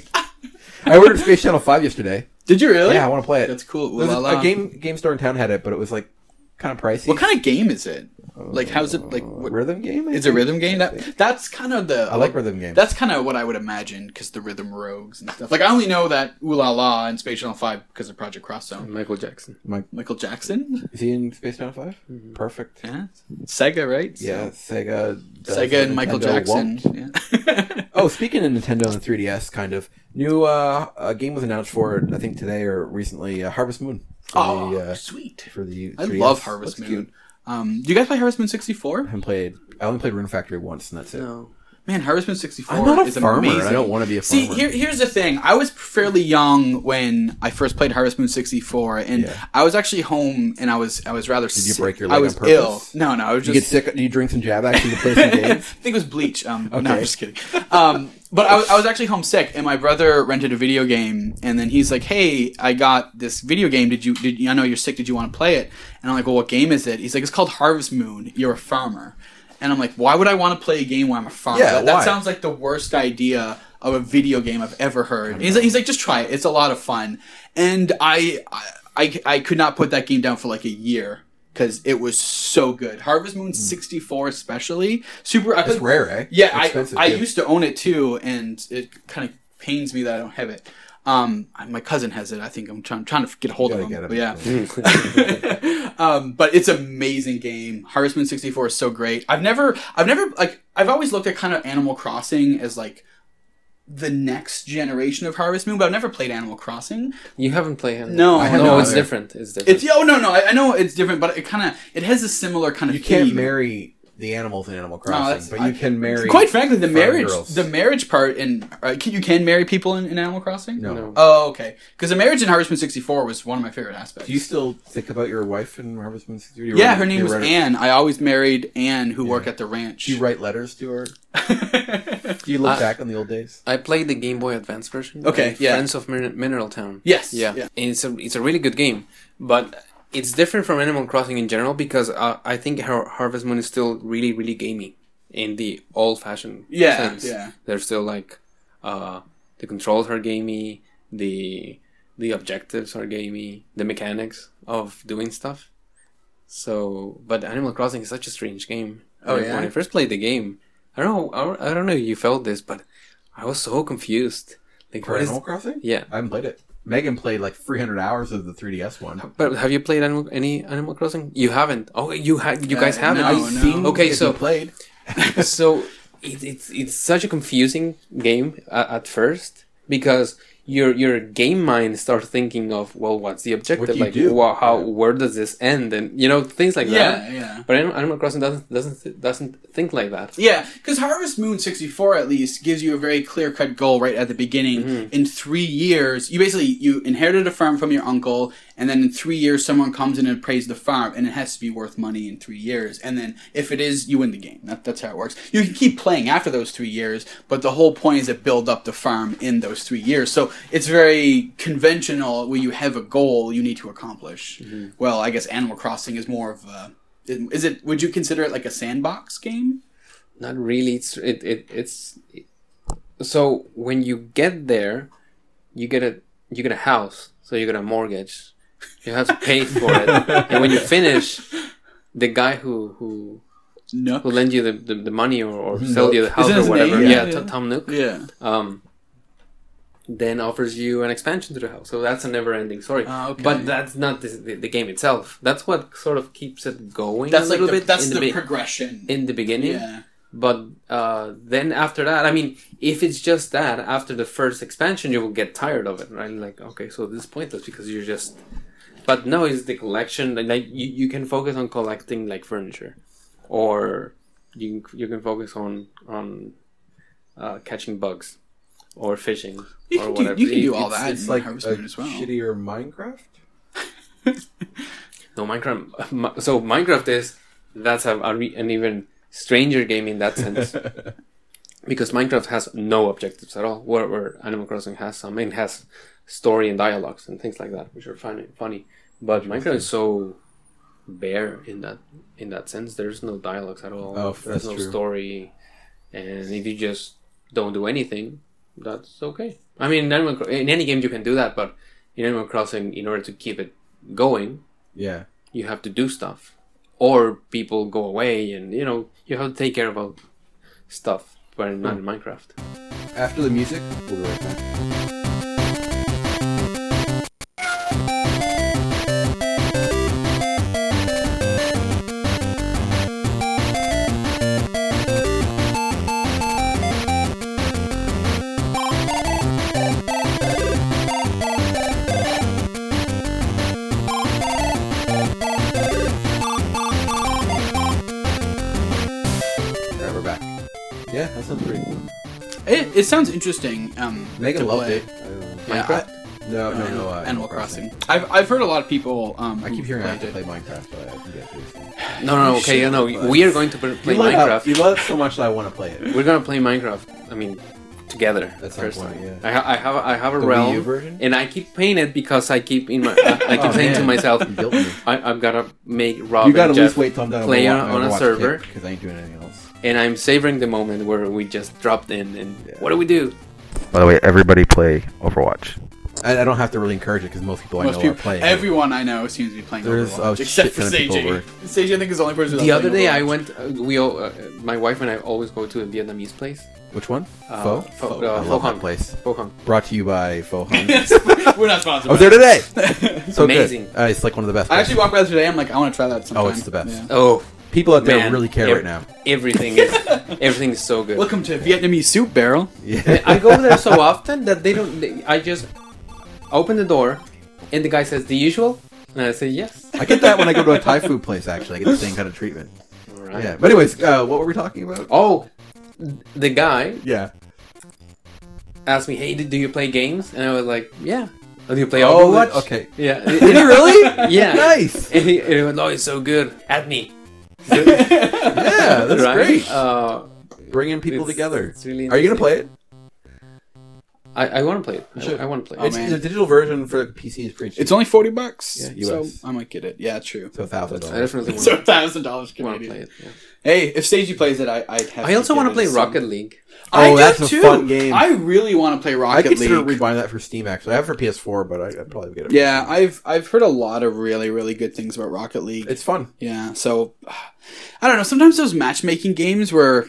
A: I ordered Space Channel Five yesterday.
B: Did you really?
A: Yeah, I want to play it.
B: Oh, That's cool. Ooh
A: There's a,
B: la la.
A: a game game store in town had it, but it was like kind of pricey.
B: What kind of game is it? Like, how's it? Like, what,
A: rhythm game? I
B: it's a
A: think?
B: rhythm game. That that's kind of the.
A: I like rhythm games.
B: That's kind of what I would imagine because the rhythm rogues and stuff. Like, I only know that Ooh La La and Space Channel Five because of Project Cross Zone.
C: Michael Jackson.
A: Am I-
B: Michael Jackson.
A: Is he in Space Channel 5 Perfect.
B: Mm-hmm. Yeah. Sega, right?
A: Yeah, Sega. does
B: Sega
A: what
B: and Michael
A: Nintendo
B: Jackson.
A: won't.
B: Yeah.
A: Oh, speaking of Nintendo and 3DS, kind of new uh, a game was announced for I think today or recently uh, Harvest Moon. For
B: oh,
A: the, uh,
B: sweet.
A: for the
B: I
A: 3DS.
B: love Harvest
A: Looks
B: Moon.
A: cute.
B: Um, do you guys play Harvest Moon
A: I
B: 64?
A: haven't played. I only played Rune Factory once, and that's it.
C: No.
B: Man, Harvest Moon 64
A: I'm not a
B: is
A: farmer.
B: amazing.
A: I don't want to be a farmer.
B: See, here, here's the thing. I was fairly young when I first played Harvest Moon 64, and
A: Yeah.
B: I was actually home, and I was I was rather. Did
A: you break your
B: I
A: leg
B: was
A: on purpose?
B: ill. No, no, I was
A: you
B: just
A: get sick. Do you drink some jab action to play some
B: I
A: games?
B: think it was Bleach. Um, No,
A: Okay.
B: I'm just kidding. Um, but I, was- I was actually homesick, and my brother rented a video game, and then he's like, "Hey, I got this video game. Did you? Did you, I know you're sick? Did you want to play it?" And I'm like, "Well, what game is it?" He's like, "It's called Harvest Moon. You're a farmer." And I'm like, "Why would I want to play a game where I'm a farmer?
A: Yeah,
B: that, that
A: why?
B: sounds like the worst idea." Of a video game I've ever heard. And He's like, he's like, just try it. It's a lot of fun. And I, I, I could not put that game down for like a year because it was so good. Harvest Moon 64 especially, super. I
A: It's
B: played-
A: Hmm. rare, eh?
B: Yeah, I,
A: Expensive,
B: I
A: too.
B: used to own it too, and it kind of pains me that I don't have it. Um, I- my cousin has it. I think I'm trying trying to get a hold of
A: Gotta
B: him.
A: get it.
B: but yeah. um, but it's amazing game. Harvest Moon 64 is so great. I've never, I've never like, I've always looked at kind of Animal Crossing as like the next generation of Harvest Moon, but I've never played Animal Crossing.
C: You haven't played him.
B: No, I
C: no,
B: haven't
C: it's
A: either.
C: different. It's different.
B: It's oh no no I, I know it's different, but it kind of it has a similar kind of
A: You can't marry the animals in Animal
B: that's-
A: Crossing, but you
B: I-
A: can marry.
B: Quite frankly, the marriage,
A: girls.
B: the marriage part, in uh, can- you can marry people in, in Animal Crossing.
A: No.
C: No.
B: Oh, okay. Because the marriage in Harvest Moon '64 was one of my favorite aspects.
A: Do you still think about your wife in Harvest Moon? Do you
B: yeah,
A: write-
B: her
A: do
B: name was
A: you write-
B: Anne. I always married Anne, who worked at the ranch.
A: Do you write letters to her? Do
B: Uh,
A: you
C: I-
A: look back on the old days?
C: I played the Game Boy Advance version.
B: Okay,
C: like
B: yeah.
C: Friends of Min- Mineral Town.
B: Yes,
C: Yeah.
B: yeah.
C: And it's a it's a really good game, but it's different from Animal Crossing in general because uh, I think Har- Harvest Moon is still really really gamey in the old fashioned
B: Yeah,
C: sense.
B: yeah.
C: They're still like uh, the controls are gamey, the the objectives are gamey, the mechanics of doing stuff. So, but Animal Crossing is such a strange game.
B: Oh,
C: When-
B: yeah?
C: When I first played the game, I don't know. I don't know if you felt this, but I was so confused. Like,
A: For
C: what is?
A: Animal Crossing?
C: Yeah.
A: I haven't played it. Megan played like 300 hours of the 3DS one.
C: But have you played Animal, any Animal Crossing? You haven't. Oh, you ha- You guys
B: Uh,
C: haven't.
B: no,
C: I've
B: no.
C: seen- Okay,
A: if
C: so
A: you played.
C: so it, it's it's such a confusing game at, at first because your your game mind starts thinking of well, what's the objective?
A: What do you
C: like,
A: do?
C: wha- how
A: Yeah.
C: where does this end? And you know things like
B: yeah,
C: that.
B: yeah.
C: But Anim- Animal Crossing doesn't doesn't doesn't think like that.
B: Yeah, because Harvest Moon 64 at least gives you a very clear cut goal right at the beginning. In three years, you basically you inherited a farm from your uncle, and then in three years, someone comes in and appraises the farm, and it has to be worth money in three years. And then if it is, you win the game. That, that's how it works. You can keep playing after those three years, but the whole point is to build up the farm in those three years. So it's very conventional where you have a goal you need to accomplish. Well, I guess Animal Crossing is more of a. Is it? Would you consider it like a sandbox game?
C: Not really. It's it, it it's so when you get there, you get a you get a house, so you get a mortgage. You have to pay for it, and when you finish, the guy who who
B: No.
C: who lend you the, the, the money or, or sell you the house
B: Isn't
C: or
B: Mm-hmm. his name?
C: whatever.
B: Yeah,
C: Yeah,
B: yeah.
C: T- Tom Nook.
B: Yeah.
C: Um, then offers you an expansion to the house. So that's a never ending story.
B: Ah, okay.
C: But that's not the, the, the game itself. That's what sort of keeps it going
B: That's
C: a
B: like
C: little
B: the,
C: bit
B: that's
C: in,
B: the,
C: the be-
B: progression.
C: in the beginning.
B: yeah.
C: But uh, then after that, I mean, if it's just that, after the first expansion, you will get tired of it, right? Like, okay, so this is pointless because you're just. But no, it's the collection. Like, like you, you can focus on collecting like furniture, or you can, you can focus on on uh, catching bugs, or fishing,
B: You
C: or
B: can do-
C: whatever.
B: you can do all
C: it's-
B: that.
C: it's-
A: It's like
B: Harvest
A: a
B: Moon as well.
A: shittier Minecraft.
C: no, Minecraft. Mi- So Minecraft is that's a, a re, an even stranger game in that sense. because Minecraft has no objectives at all, where, where Animal Crossing has some. It has story and dialogues and things like that, which are funny. funny. But Minecraft is so bare in that in that sense. There's no dialogues at all.
A: Oh,
C: There's
A: that's
C: no
A: true.
C: story, and if you just don't do anything, that's okay. I mean, in, Animal, Cro- in any game you can do that, but in Animal Crossing, in order to keep it going,
A: Yeah.
C: you have to do stuff, or people go away, and you know you have to take care about stuff. But not
A: Hmm.
C: in Minecraft.
A: After the music, we'll be right back. Alright, we're back. Yeah, that sounds pretty cool.
B: It, it sounds interesting. Um, to
A: Megan loved
B: play.
A: it. I don't know.
B: Yeah,
A: Uh, Minecraft? no, no, no. Uh,
B: Animal Crossing. I've, I've heard a lot of people. Um,
A: I keep hearing I
B: about
A: have to play Minecraft, but I can get this.
C: No, no, okay,
B: should,
C: no.
B: but-
C: We are going to pl- play
A: You love,
C: Minecraft.
A: you love it so much that I want to play it.
C: We're gonna play Minecraft. I mean, together.
A: At some
C: first
A: point,
C: time.
A: yeah.
C: I, ha- I have I have a
A: The Wii
C: realm,
A: U version?
C: and I keep playing it because I keep in my I, I keep
A: Oh,
C: saying to
A: man.
C: myself,
A: You built me.
C: I, I've gotta make Rob
A: you gotta
C: and Jeff,
A: lose weight till I'm done.
C: play
A: Overwatch-
C: on a
A: Overwatch
C: server.
A: kick, 'cause I ain't doing anything else.
C: and I'm savoring the moment where we just dropped in, and
A: Yeah.
C: what do we do?
D: By the way, everybody play Overwatch.
A: I, I don't have to really encourage it because most people I
B: Most
A: know
B: people,
A: are playing. it.
B: everyone I know seems to be playing
A: There's
B: Overwatch,
A: a shit
B: except for
A: ton of people
B: Seiji.
A: over-
B: Seiji, I think, is the only person.
C: The other day, I went. Uh, we all, uh, my wife and I always go to a Vietnamese place.
A: Which one?
C: Uh,
A: Pho.
C: Pho-
A: Pho.
C: uh,
A: I
C: Pho
A: love
C: Hung.
A: that place.
C: Pho Hang.
A: Brought to you by Pho Hung.
B: I we're not sponsored.
A: I was there today. So
C: Amazing.
A: Good. Uh, it's like one of the best.
B: I actually
A: places.
B: walked by the other today. I'm like, I want to try that sometime.
A: Oh, it's the best.
B: Yeah.
C: Oh,
A: people out there
C: man,
A: really care
C: ev-
A: right now.
C: Everything is everything is so good.
B: Welcome to Vietnamese soup barrel.
A: Yeah.
C: I go there so often that they don't. They, I just open the door, and the guy says the usual, and I say yes.
A: I get that when I go to a Thai food place. Actually, I get the same kind of treatment.
C: All right.
A: Yeah. But anyways, uh, what were we talking about?
C: Oh, the guy
A: Yeah.
C: asked me, "Hey, do do you play games?" And I was like, "Yeah." "Oh, Do you play
A: Oh,
C: Overwatch?
A: okay.
C: Yeah.
A: Did he really?
C: Yeah.
A: Nice.
C: And he, and he went, "Oh, it's so good." At me.
A: Yeah, that's
C: right?
A: great.
C: Uh,
A: Bringing people
C: it's-
A: together.
C: it's really
A: Are you gonna
C: interesting.
A: play it?
C: I, I want to play it. I-
A: Sure.
C: I, want to play
B: Oh,
C: it.
A: It's,
B: man.
A: the digital version for PC is pretty cheap.
B: It's only forty bucks,
A: Yeah,
B: so
A: US.
B: I might get it. Yeah, true.
A: so thousand
C: I
A: dollars.
C: definitely want
B: So
C: to
B: thousand dollars
C: want to
B: Canadian.
C: play it. yeah.
B: Hey, if Seiji plays it, I I have.
C: I also
B: get
C: want
B: it
C: to play
B: as soon-
C: Rocket League.
B: I
A: Oh,
B: do
A: that's a
B: too.
A: fun game.
B: I really want to play
A: I
B: Rocket
A: consider
B: League.
A: rebuying that for Steam. Actually, I have it for PS4, but I, I'd probably get it.
B: yeah, I've I've heard a lot of really really good things about Rocket League.
A: it's fun.
B: Yeah, so I don't know. Sometimes those matchmaking games where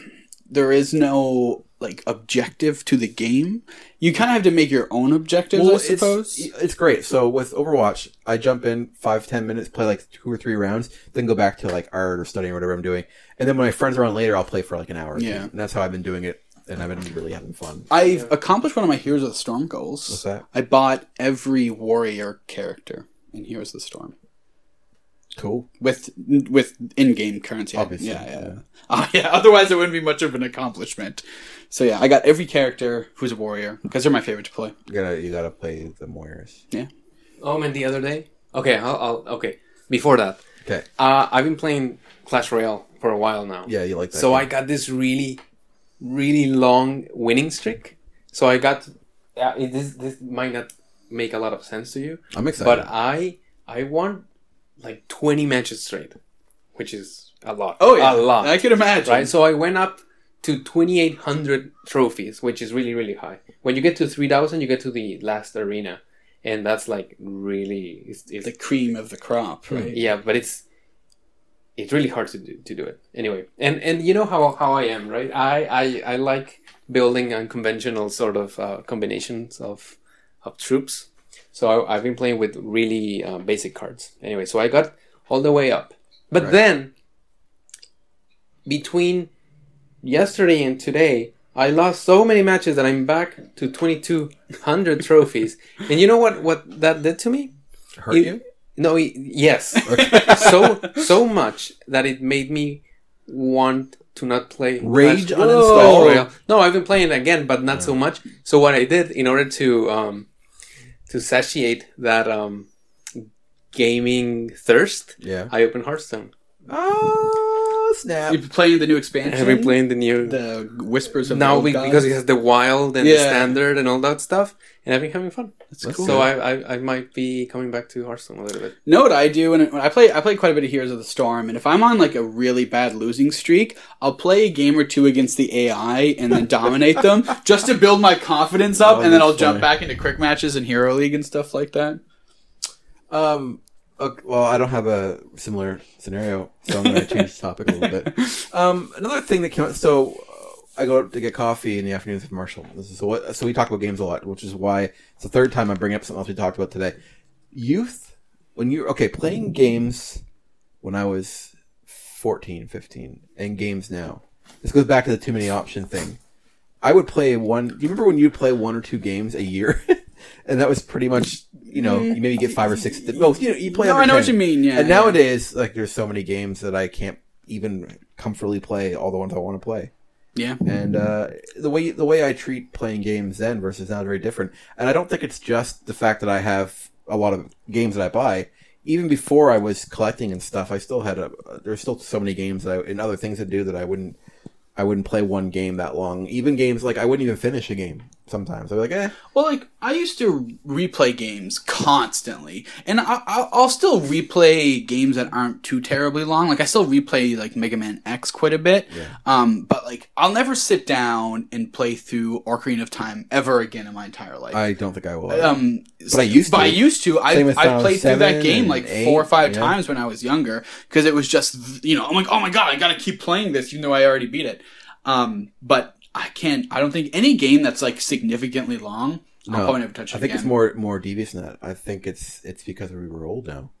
B: there is no like objective to the game, you kind of have to make your own objectives, I suppose.
A: It's, it's great. So with Overwatch, I jump in five, ten minutes, play like two or three rounds, then go back to like art or studying or whatever I'm doing. And then when my friends are on later, I'll play for like an hour. or two.
B: Yeah.
A: And that's how I've been doing it. And I've been really having fun.
B: I've accomplished one of my Heroes of the Storm goals.
A: What's that?
B: I bought every warrior character in Heroes of the Storm
A: Cool.
B: with with in-game currency.
A: Obviously,
B: yeah, yeah.
A: yeah.
B: yeah. Oh, yeah. Otherwise, it wouldn't be much of an accomplishment. So yeah, I got every character who's a warrior because they're my favorite to play.
A: You gotta, you gotta play the Warriors.
C: Oh man, the other day. Okay, I'll, I'll okay. Before that,
A: Okay.
C: Uh, I've been playing Clash Royale for a while now.
A: Yeah, you like that.
C: So
A: game.
C: I got this really, really long winning streak. So I got. Uh, it- this this might not make a lot of sense to you,
A: I'm excited.
C: but I I won like twenty matches straight, which is a lot.
B: Oh yeah,
C: a lot.
B: I could imagine.
C: right. So I went up to twenty eight hundred trophies, which is really really high. When you get to three thousand, you get to the last arena, and that's like really it's, it's
B: The cream of the crop, right?
C: yeah but it's it's really hard to do, to do it anyway and and you know how how i am right i i, I like building unconventional sort of uh, combinations of of troops so I, i've been playing with really uh, basic cards anyway so i got all the way up but then between yesterday and today I lost so many matches that I'm back to 2200 trophies. And you know what what that did to me?
A: hurt
C: it-
A: you?
C: No, y- yes. so so much that it made me want to not play
A: Rage
C: Clash
A: uninstall?
C: Royale. No, I've been playing again, but not so much. So what I did in order to um, to satiate that um, gaming thirst,
A: Yeah.
C: I opened Hearthstone.
A: Oh, snap!
B: You've been playing the new expansion.
C: Have been playing the new?
B: the Whispers of the
C: now
B: Old
C: we,
B: Gods?
C: because it has the wild and the
B: Yeah.
C: standard and all that stuff, and I've been having fun.
B: That's cool.
C: So I, I I might be coming back to Hearthstone a little bit.
B: know what I do, and when I play, I play quite a bit of Heroes of the Storm. And if I'm on like a really bad losing streak, I'll play a game or two against the AI and then dominate them just to build my confidence up,
A: Oh,
B: and then I'll
A: that's
B: jump
A: funny.
B: back into quick matches and Hero League and stuff like that.
A: Um, ok- well, I don't have a similar scenario, so I'm going to change the topic a little bit. Um, another thing that came out. So uh, I go out to get coffee in the afternoons with Marshall. This is so. What, so we talk about games a lot, which is why it's the third time I bring up something else we talked about today. Youth, when you're okay playing games when I was 14, 15, and games now. This goes back to the too many option thing. I would play one. Do you remember when you'd play one or two games a year? and that was pretty much, you know, you maybe get five or six. At the most, you know, you play.
B: Mm-hmm. No,
A: under
B: I
A: 10.
B: know what you mean. Yeah,
A: And
B: yeah.
A: nowadays, like, there's so many games that I can't even comfortably play all the ones I want to play.
B: Yeah.
A: And uh,
B: Mm-hmm.
A: the way the way I treat playing games then versus now is very different. And I don't think it's just the fact that I have a lot of games that I buy. Even before I was collecting and stuff, I still had a. There's still so many games that I, and other things to do that I wouldn't. I wouldn't play one game that long. Even games like I wouldn't even finish a game sometimes. I'd be like, eh,
B: Well, like I used to replay games constantly, and I, I'll, I'll still replay games that aren't too terribly long. Like I still replay like Mega Man X quite a bit, um, but like I'll never sit down and play through Ocarina of Time ever again in my entire life.
A: I don't think I will.
B: um,
A: But I used
B: But I
A: to.
B: used to. I,
A: Same with
B: I
A: Final
B: played through that
A: Seven
B: game
A: and
B: like
A: eight,
B: four or five
A: yeah.
B: times when I was younger because it was just you know I'm like oh my god I gotta keep playing this even though I already beat it. Um, but I can't. I don't think any game that's like significantly long. I'll
A: No.
B: probably never touch it
A: I think
B: again.
A: it's more more devious than that. I think it's it's because we were old now.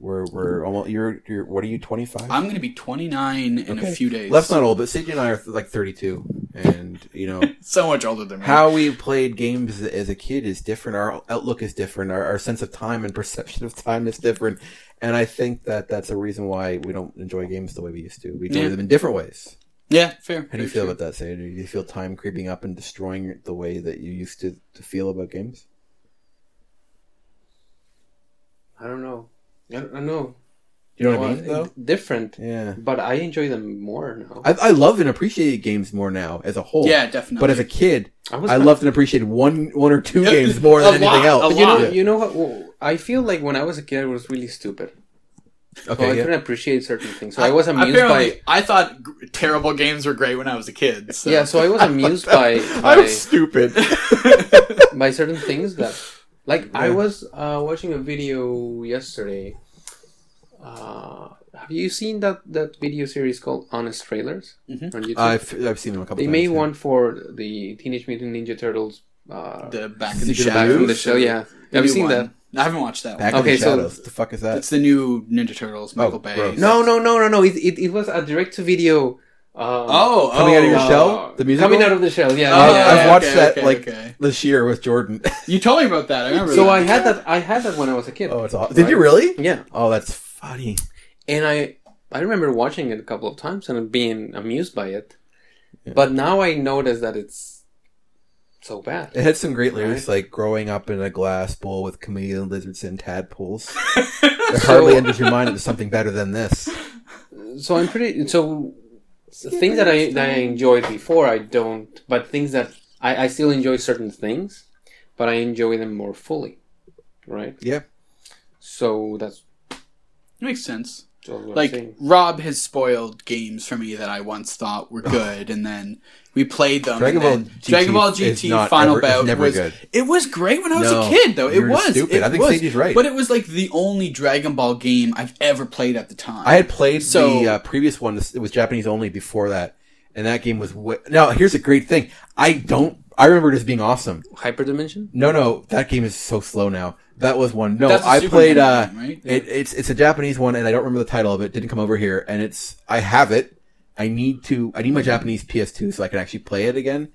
A: We're we're almost. You're you're. What are you? Twenty five.
B: I'm gonna be 29 in a
A: Okay.
B: few days.
A: Left's not old, but Sid and I are like 32, and you know
B: so much older than me.
A: how we played games as a kid is different. Our outlook is different. Our, our sense of time and perception of time is different. And I think that that's a reason why we don't enjoy games the way we used to. We enjoy
B: Yeah.
A: them in different ways.
B: Yeah, fair.
A: How do you feel about that, Sid? Do you feel time creeping up and destroying your- the way that you used to, to feel about games?
C: I don't know. I don't I don't know.
A: You know what
C: Well,
A: I mean, though.
C: Different,
A: Yeah,
C: but I enjoy them more now.
A: I, I love and appreciate games more now as a whole.
B: Yeah, definitely.
A: But as a kid,
C: I was
A: I loved and appreciated one, one or two games more
B: A
A: than anything
B: lot,
A: else.
B: a
C: You know,
B: lot.
A: Yeah.
C: you know what? well, I feel like when I was a kid, I was really stupid. So
A: Okay,
C: I
A: yeah.
C: couldn't appreciate certain things. So I, was amused
B: Apparently,
C: by.
B: I thought g- terrible games were great when I was a kid. So.
C: Yeah, so I was amused by by,
A: I was stupid.
C: by certain things that, like, I was uh, watching a video yesterday. Uh, have you seen that that video series called Honest Trailers on YouTube?
A: Mm-hmm. I've, I've seen them a couple
C: they
A: times.
C: made
A: yeah.
C: one for the Teenage Mutant Ninja Turtles. Uh,
B: the back in the
A: Secret
B: shadows.
A: Life
C: from the show, yeah. Have you seen that?
B: I haven't watched that.
A: Back
B: one.
A: in
C: Okay,
A: the
C: so-
A: shadows. the fuck is that?
B: It's the new Ninja Turtles, Michael
A: Oh,
B: Bay.
A: gross.
C: No, no, no, no, no. It, it, it was a direct to video. Um,
B: Oh,
A: Coming
B: oh,
A: out of your
B: uh,
A: shell? The musical?
C: Coming out of the shell, yeah.
B: Oh,
C: yeah, yeah,
A: Uh, I've
C: yeah.
A: watched
B: okay,
A: that
B: okay,
A: like
B: okay.
A: this year with Jordan.
B: You told me about that. I remember.
C: So
B: that.
C: I had that. I had that when I was a kid.
A: oh, it's awesome. Did you really?
C: Yeah,
A: Oh, that's funny.
C: and I I remember watching it a couple of times and being amused by it, but now I notice that it's so bad.
A: It had some great lyrics like growing up in a glass bowl with chameleon lizards and tadpoles. it hardly enters your mind it was something better than this.
C: So I'm pretty. So things that I that I enjoyed before I don't, but things that I, I still enjoy certain things, but I enjoy them more fully, right?
A: Yeah.
C: So that's
B: makes sense.
C: just what I'm
B: Like
C: saying.
B: Rob has spoiled games for me that I once thought were good, and then we played them.
A: Dragon
B: and
A: Ball
B: then
A: GT
B: Dragon Ball
A: is
B: GT
A: not
B: Final
A: ever- is
B: Bout
A: never
B: was
A: good.
B: it was great when I was a
A: No,
B: kid though.
A: you
B: It
A: were
B: was.
A: stupid.
B: It
A: I think
B: was.
A: Sadie's right.
B: but it was like the only Dragon Ball game I've ever played at the time.
A: I had played
B: So-
A: the uh, previous one. It was Japanese only before that, and that game was. Wh- now here's a great thing. I don't. I remember this being awesome.
C: hyperdimension.
A: No, no, that game is so slow now. That was one. No,
B: That's a
A: I
B: Super
A: played.
B: Nintendo
A: Uh,
B: game, right?
A: it, it's it's a Japanese one, and I don't remember the title of it. Didn't come over here, and it's I have it. I need to. I need my Japanese PS2 so I can actually play it again.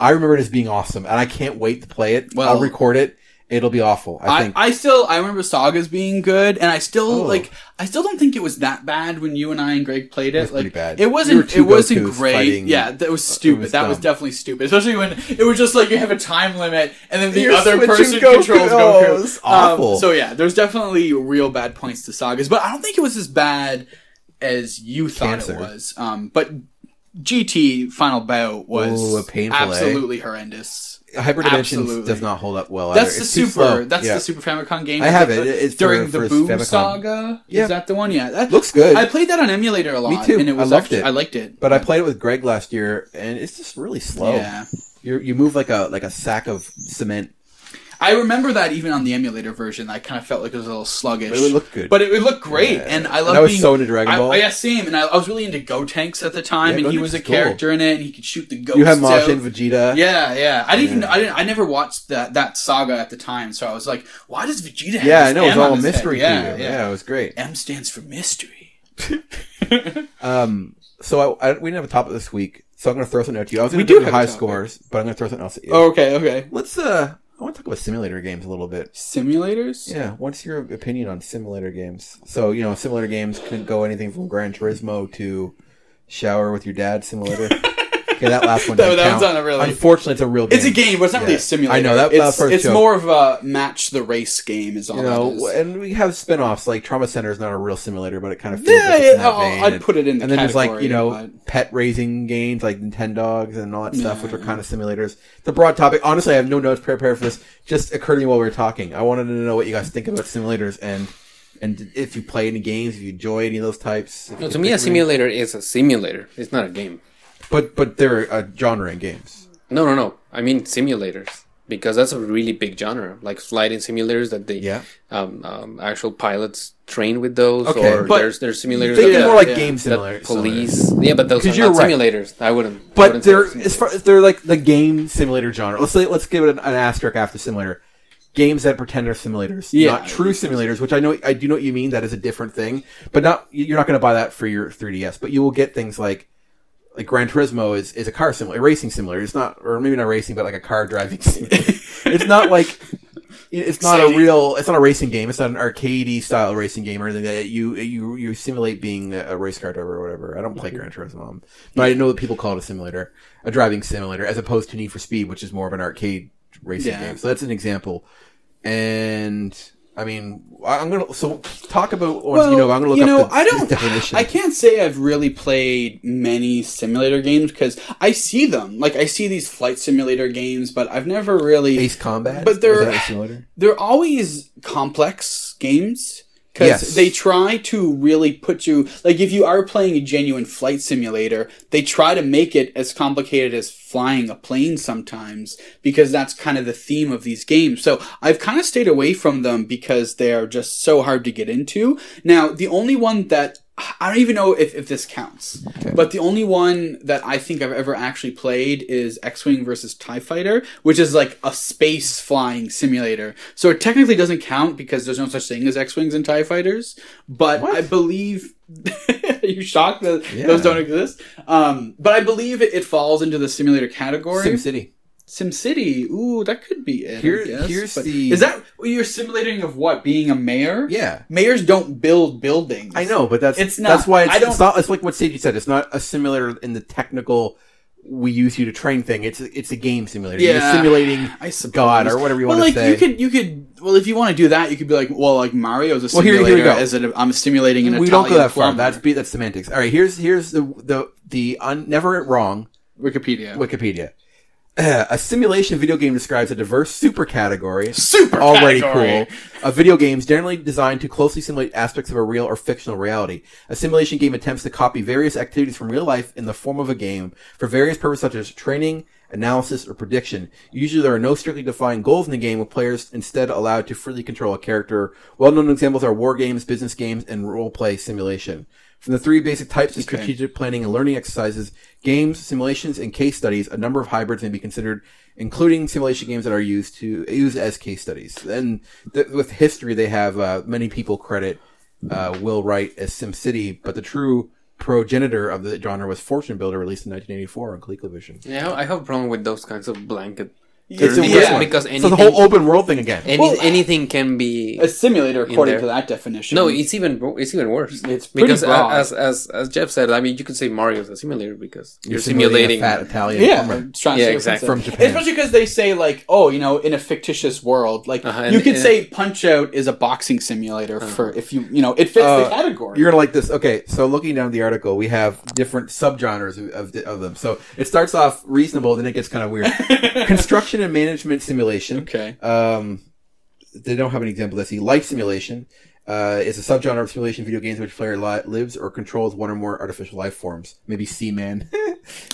A: I remember it as being awesome, and I can't wait to play it.
B: Well-
A: I'll record it. It'll be awful. I,
B: I,
A: think.
B: I still I remember sagas being good, and I still
A: Oh.
B: like I still don't think it was that bad when you and I and Greg played it.
A: was
B: like
A: pretty bad.
B: it
A: You were
B: wasn't
A: two
B: it wasn't
A: Gokus
B: great.
A: fighting-
B: yeah, that was stupid.
A: was
B: that was
A: dumb.
B: definitely stupid, especially when it was just like you have a time limit, and then the
A: You're
B: other
A: switching
B: person
A: Goku.
B: controls
A: Oh,
B: Goku. Um,
A: it's awful.
B: so yeah, there's definitely real bad points to sagas, but I don't think it was as bad as you thought
A: Cancer.
B: it was. Um, but GT Final Bout was
A: Ooh, a painful, eh?
B: absolutely horrendous.
A: Hyperdimensions
B: Absolutely.
A: does not hold up well.
B: That's
A: either.
B: the
A: It's too
B: super.
A: slow.
B: That's
A: Yeah.
B: the Super Famicom game.
A: I have
B: think
A: it.
B: the-
A: It's for-
B: during
A: for
B: the Boom
A: Famicom.
B: Saga.
A: Yeah.
B: Is that the one? Yeah, that
A: Looks good.
B: I played that on emulator a lot.
A: too.
B: And
A: I
B: it was
A: loved
B: actually-
A: it.
B: I liked it.
A: But I played it with Greg last year, and it's just really slow.
B: Yeah,
A: You you move like a like a sack of cement.
B: I remember that even on the emulator version, I kind of felt like it was a little sluggish.
A: But it looked good.
B: But it, it looked great,
A: Yeah.
B: and I
A: And
B: loved.
A: I was
B: being-
A: so into Dragon
B: I-
A: Ball.
B: I, yeah, same. And I, I was really into Go Tanks at the time,
A: Yeah,
B: and he
A: Gotenks
B: was a
A: is cool.
B: character in it, and he could shoot the ghosts.
A: You had Masha
B: out.
A: and Vegeta.
B: Yeah, yeah. I didn't even.
A: Yeah.
B: I didn't. I never watched that that saga at the time, so I was like, "Why does Vegeta?" Have
A: yeah.
B: this
A: I know it was
B: M on
A: all a
B: his head?
A: mystery
B: Yeah,
A: to you.
B: yeah.
A: Yeah. it was great.
B: M stands for mystery.
A: Um, so I, I we didn't have a topic this week, so I'm going to throw something out to you. I was
B: We
A: going
B: do
A: to do
B: have a
A: high
B: topic.
A: scores, but I'm going to throw something else at you.
B: okay, okay.
A: let's uh, I want to talk about simulator games a little bit.
B: Simulators.
A: Yeah, what's your opinion on simulator games? So you know, simulator games can go anything from Gran Turismo to shower with your dad simulator. okay, that last one.
B: That-
A: doesn't
B: that one's
A: count.
B: not a really-
A: Unfortunately, it's a real. Game.
B: It's a game, but it's not
A: Yeah.
B: really a simulator.
A: I know, that- that
B: it's,
A: first
B: it's
A: joke.
B: more of a match the race game. Is all
A: You
B: that
A: know,
B: is.
A: and we have spin-offs like Trauma Center is not a real simulator, but it kind of feels
B: Yeah,
A: like it's in that
B: yeah, oh,
A: vein.
B: I'd
A: And-
B: put it in. The
A: and then there's like you know
B: category,
A: pet raising games like Nintendogs and all that stuff,
B: Yeah,
A: which are
B: yeah.
A: kind of simulators. The broad topic. Honestly, I have no notes prepared for this. Just occurred to me while we were talking. I wanted to know what you guys think about simulators and and if you play any games, if you enjoy any of those types. if
C: No,
A: you
C: to me, a
A: pick any-
C: simulator is a simulator. It's not a game.
A: But but they're a genre in games.
C: No, no, no. I mean simulators because that's a really big genre, like flighting simulators that they
A: Yeah.
C: um, um, actual pilots train with those.
A: Okay,
C: or
A: but
C: there's there's simulators
A: Thinking
C: that,
A: more like
B: yeah.
A: game
C: that
A: simulators.
C: police. Yeah, but those
A: 'Cause
C: are
A: you're
C: not
A: right.
C: simulators. I wouldn't. I
A: But
C: wouldn't say
A: they're
C: it's-
A: as far as they're like the game simulator genre. Let's say let's give it an, an asterisk after simulator. Games that pretend are simulators,
B: Yeah.
A: not true simulators. Which I know I do know what you mean. That is a different thing. But not you're not going to buy that for your 3ds. But you will get things like like Gran Turismo is is a car simulator, a racing simulator. It's not or maybe not racing, but like a car driving simulator. it's not like it's not a
B: Exciting.
A: real. It's not a racing game. It's not an arcadey style racing game or anything. That you you you simulate being a race car driver or whatever. I don't
B: Mm-hmm.
A: play Gran Turismo, but I know that people call it a simulator, a driving simulator, as opposed to Need for Speed, which is more of an arcade racing
B: Yeah.
A: game. So that's an example. And I mean, I- I'm gonna so talk about ones you know. I'm gonna look up the,
B: I don't.
A: the definition.
B: I can't say I've really played many simulator games because I see them. Like I see these flight simulator games, but I've never really.
A: Ace Combat,
B: But they're-
A: Is that a simulator.
B: They're always complex games because
A: Yes.
B: they try to really put you like if you are playing a genuine flight simulator, they try to make it as complicated as flying a plane sometimes because that's kind of the theme of these games. So I've kind of stayed away from them because they are just so hard to get into. Now the only one that I don't even know if, if this counts, but the only one that I think I've ever actually played is X Wing versus TIE Fighter, which is like a space flying simulator. So it technically doesn't count because there's no such thing as X Wings and TIE Fighters, but I believe. Are you shocked that those don't exist? Um, but I believe it, it falls into the simulator category.
A: Sim
B: SimCity.
A: City.
B: Ooh, that could be it. I
A: Here-
B: guess,
A: here's
B: but-
A: the-
B: Is that. You're simulating of what? Being a mayor?
A: Yeah.
B: Mayors don't build buildings.
A: I know, but that's
B: It's
A: That's
B: not-
A: why it's,
B: I don't-
A: it's not. It's like what Sage said. It's not a simulator in the technical. We use you to train thing. It's it's a game simulator. You're
B: Yeah.
A: simulating
B: I suppose.
A: God or whatever you
B: well,
A: want
B: like
A: to say.
B: you could, you could. Well, if you want to do that, you could be like, well, like Mario's a
A: Well, here-
B: simulator.
A: here we go.
B: As an, I'm simulating an
A: we
B: Italian
A: don't go that far.
B: plumber.
A: That's be that's semantics. All right, here's here's the the the un, never wrong
B: Wikipedia.
A: Wikipedia. Uh, a simulation video game describes a diverse super category
B: Super
A: already
B: category.
A: cool. Of video games generally designed to closely simulate aspects of a real or fictional reality. A simulation game attempts to copy various activities from real life in the form of a game for various purposes such as training, analysis, or prediction. Usually there are no strictly defined goals in the game with players instead allowed to freely control a character. Well known examples are war games, business games, and role play simulation. From the three basic types of strategic planning and learning exercises, games, simulations, and case studies, a number of hybrids may be considered, including simulation games that are used to used as case studies. And th- with history, they have uh, many people credit uh, Will Wright as SimCity, but the true progenitor of the genre was Fortune Builder, released in 1984 on ColecoVision.
C: Yeah, I have a problem with those kinds of blanket
B: It's
A: Yeah.
B: in which
C: Because,
B: one?
C: because
A: so
C: anything,
A: the whole open world thing again.
C: any,
B: Well-
C: anything can be.
B: a simulator according
C: there.
B: to that definition.
C: No, it's even Mm. it's even worse.
B: It's pretty
C: because a-
B: broad.
C: as as as Jeff said, I mean, you could say Mario's a simulator because you're,
A: a
C: simulating.
A: fat Italian.
B: yeah,
A: plumber.
B: I'm trying to
C: Yeah,
B: see what
C: exactly.
B: I'm saying.
A: From Japan.
B: Especially because they say like, oh, you know, in a fictitious world, like
C: Uh-huh,
B: you
C: and- Uh-huh.
B: could
C: and-
B: say Punch Out is a boxing simulator for if you you know it fits
A: Uh,
B: the category.
A: You're gonna like this. Okay, so looking down the article, we have different subgenres of, of, of them. So it starts off reasonable, then it gets kind of weird. Construction and management simulation.
B: okay.
A: Um, they don't have an example. That's the life simulation. Uh, is a subgenre of simulation video games in which player li- lives or controls one or more artificial life forms. Maybe Seaman.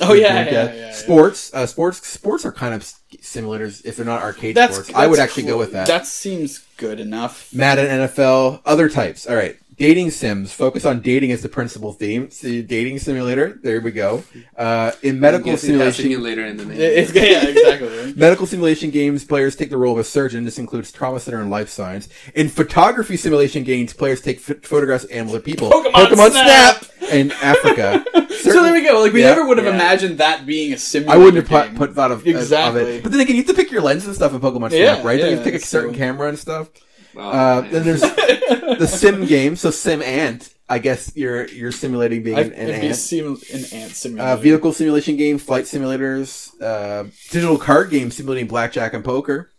B: Oh yeah, yeah, yeah, yeah.
A: sports. Uh, sports. Sports are kind of s- simulators if they're not arcade
B: That's,
A: sports. I would
B: that's
A: actually
B: cool.
A: go with that.
B: That seems good enough.
A: Madden, NFL, other types. All right. Dating sims. Focus on dating as the principal theme. See, dating simulator. There we go. Uh, in medical
C: Yes, it has
A: simulation,
C: simulator in the name.
B: It's, yeah, exactly.
A: medical simulation games, players take the role of a surgeon. This includes trauma center and life science. In photography simulation games, players take ph photographs of animals and people.
B: Pokemon Snap!
A: in Africa.
B: so there we go. Like we
A: Yeah.
B: never would have
C: Yeah.
B: imagined that being a simulator.
A: I wouldn't have
B: game.
A: put, put thought of, exactly. of
B: Exactly.
A: it. But then again, you have to pick your lens and stuff in Pokemon
B: Yeah,
A: Snap, right? Then you
B: yeah,
A: have to pick a
B: so-
A: certain camera and stuff.
C: Oh,
A: Uh,
C: man.
A: then there's the sim game, so sim ant. I guess you're you're simulating being
B: I-
A: an,
B: it'd be
A: ant.
B: sim- an ant simulator.
A: Uh, vehicle simulation game, flight simulators, uh, digital card game simulating blackjack and poker.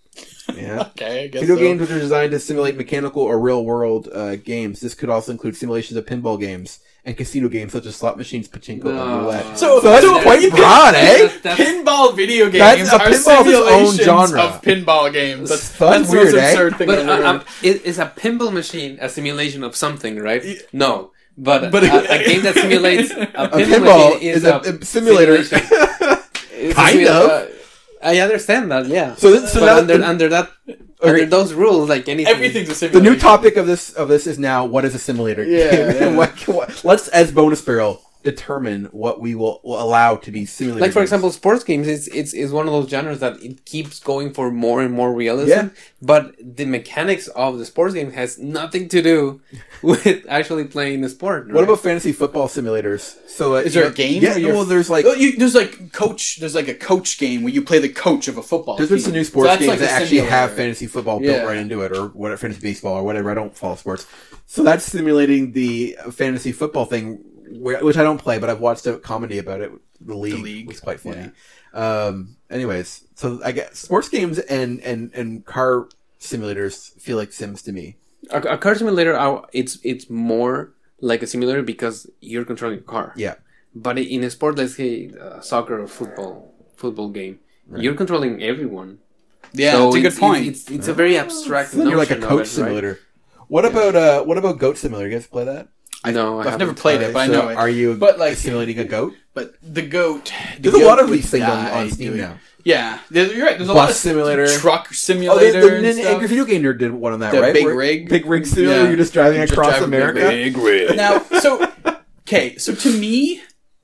A: Yeah.
B: okay, I guess
A: Video
B: so.
A: games which are designed to simulate mechanical or real world uh, games. This could also include simulations of pinball games and casino games such as slot machines, pachinko,
C: No.
A: and roulette.
B: So,
A: So that's
B: so
A: quite
B: you can-
A: broad, eh?
C: That's- that's-
B: pinball video games
A: That's- a
B: are
A: pinball's its own
B: simulations
A: genre.
B: of pinball games. That's,
A: That's
B: that's, the most
A: weird, eh?
B: absurd thing
C: but
B: I've
C: uh,
B: ever
C: um,
B: heard.
C: it- it's a pinball machine a simulation of something, right? No. But, uh,
B: But-
C: a, a game that simulates a
A: A
C: pinball,
A: pinball
C: machine
A: is a, a simulator.
C: simulation. It's a
A: Kind
C: simu-
A: of.
C: uh, I understand that, yeah.
A: so this, so
C: but
A: now
C: under
A: the-
C: under that
A: Okay.
C: under those rules, like anything,
B: Everything's a
A: the
B: simulation.
A: new topic of this of this is now what is a simulator?
B: Yeah,
A: game?
B: yeah.
A: What- what- let's as bonus barrel determine what we will, will allow to be simulated.
C: like for example, sports games is it's is one of those genres that it keeps going for more and more realism.
A: Yeah.
C: But the mechanics of the sports game has nothing to do with actually playing the sport.
A: what
C: right?
A: about fantasy football simulators? So uh,
B: Is there
A: you
B: a game?
A: Yeah,
B: where you're-
A: well, there's like
B: Oh, you- there's like coach. There's like a coach game where you play the coach of a football.
A: there's
B: team.
A: been some new sports
B: So that's
A: games
B: like a
A: that actually have
B: simulator.
A: fantasy football
B: Yeah.
A: built right into it, or what fantasy baseball or whatever. I don't follow sports, so that's simulating the fantasy football thing, where, which I don't play, but I've watched a comedy about it. The league,
B: League,
A: was quite funny. Um, anyways, so I guess sports games and and and car simulators feel like Sims to me.
C: a, a car simulator? uh, It's it's more like a simulator because you're controlling a car.
A: Yeah.
C: But in a sport, let's say uh, soccer or football, football game, you're controlling everyone.
B: Yeah,
C: So
B: that's a good point.
C: It's, it's, it's a very abstract.
A: You're like a
C: notion of
A: coach
C: it,
A: simulator. What about uh what about goat simulator? You guys play that?
C: Right? No,
B: I've
C: I
B: never
C: haven't.
B: played
A: Alright,
B: it, but I
A: so
B: know it.
A: Are you
B: But like,
A: simulating a goat?
B: but the goat. the
A: There's a lot
B: goat
A: of
B: would
A: these things on,
B: die
A: on Steam
B: doing-
A: now.
B: Yeah, there- you're right. There's a
A: Bus
B: lot of
A: simulator.
B: truck
A: Oh, the,
B: simulator,
A: the,
B: and
A: the,
B: stuff.
A: the video game nerd did one on that,
B: The
A: right?
B: big
A: Where-
B: rig?
A: big rig simulator.
B: Yeah.
A: You're just driving
B: Just
A: across
B: driving big
A: America.
B: rig. now so okay so to me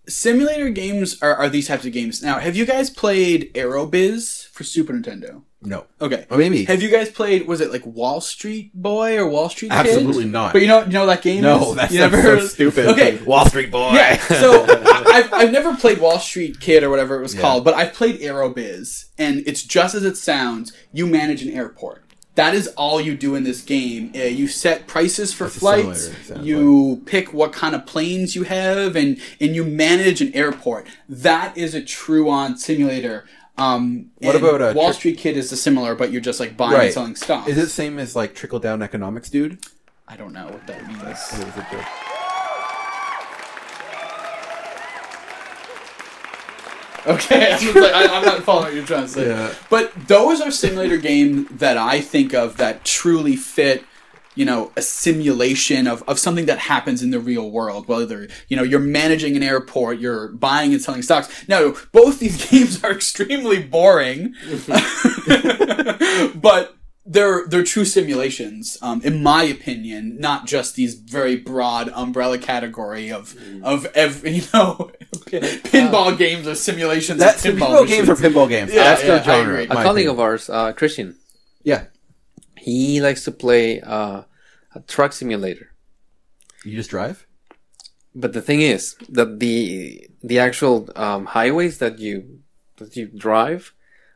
B: simulator games are, are these types of games now have you guys played aerobiz for super nintendo
A: No,
B: okay
A: Or maybe
B: have you guys played was it like wall street boy or wall street Kid?
A: absolutely not.
B: but you know you know that game
A: no,
B: is?
A: that's
B: you
A: so
B: heard of-
A: stupid.
B: okay
A: Wall Street Boy.
B: yeah, so I've, I've never played Wall Street Kid or whatever it was
A: Yeah.
B: called, but I've played Aerobiz, and it's just as it sounds. You manage an airport. That is all you do in this game. Uh, you set prices for
A: It's a
B: flights.
A: simulator, it sounds
B: You pick what kind of planes you have, and and you manage an airport. That is a true on simulator. Um,
A: What
B: and
A: about, uh,
B: Wall
A: Trick-
B: Street Kid? Is the similar, but you're just like buying
A: Right.
B: and selling stocks.
A: Is it same as like trickle down economics, dude?
B: I don't know what that means.
A: Or is it the-
B: Okay, I'm, just like, I, I'm not following what you're trying to say.
A: Yeah.
B: But those are simulator games that I think of that truly fit, you know, a simulation of, of something that happens in the real world. Whether, you know, you're managing an airport, you're buying and selling stocks. Now, both these games are extremely boring, but they're they're true simulations, um, in my opinion, not just these very broad umbrella category of
A: Mm.
B: of every you know pin, pinball games or simulations.
A: That's
B: of
A: pinball,
B: pinball
A: games
B: machines.
A: are pinball games.
B: Yeah,
A: that's
B: yeah, I
A: their genre.
B: agree.
A: in
C: A
A: my
C: colleague
A: opinion.
C: of ours, uh, Christian,
A: yeah,
C: he likes to play uh, a truck simulator.
A: you just drive.
C: But the thing is that the the actual um, highways that you that you drive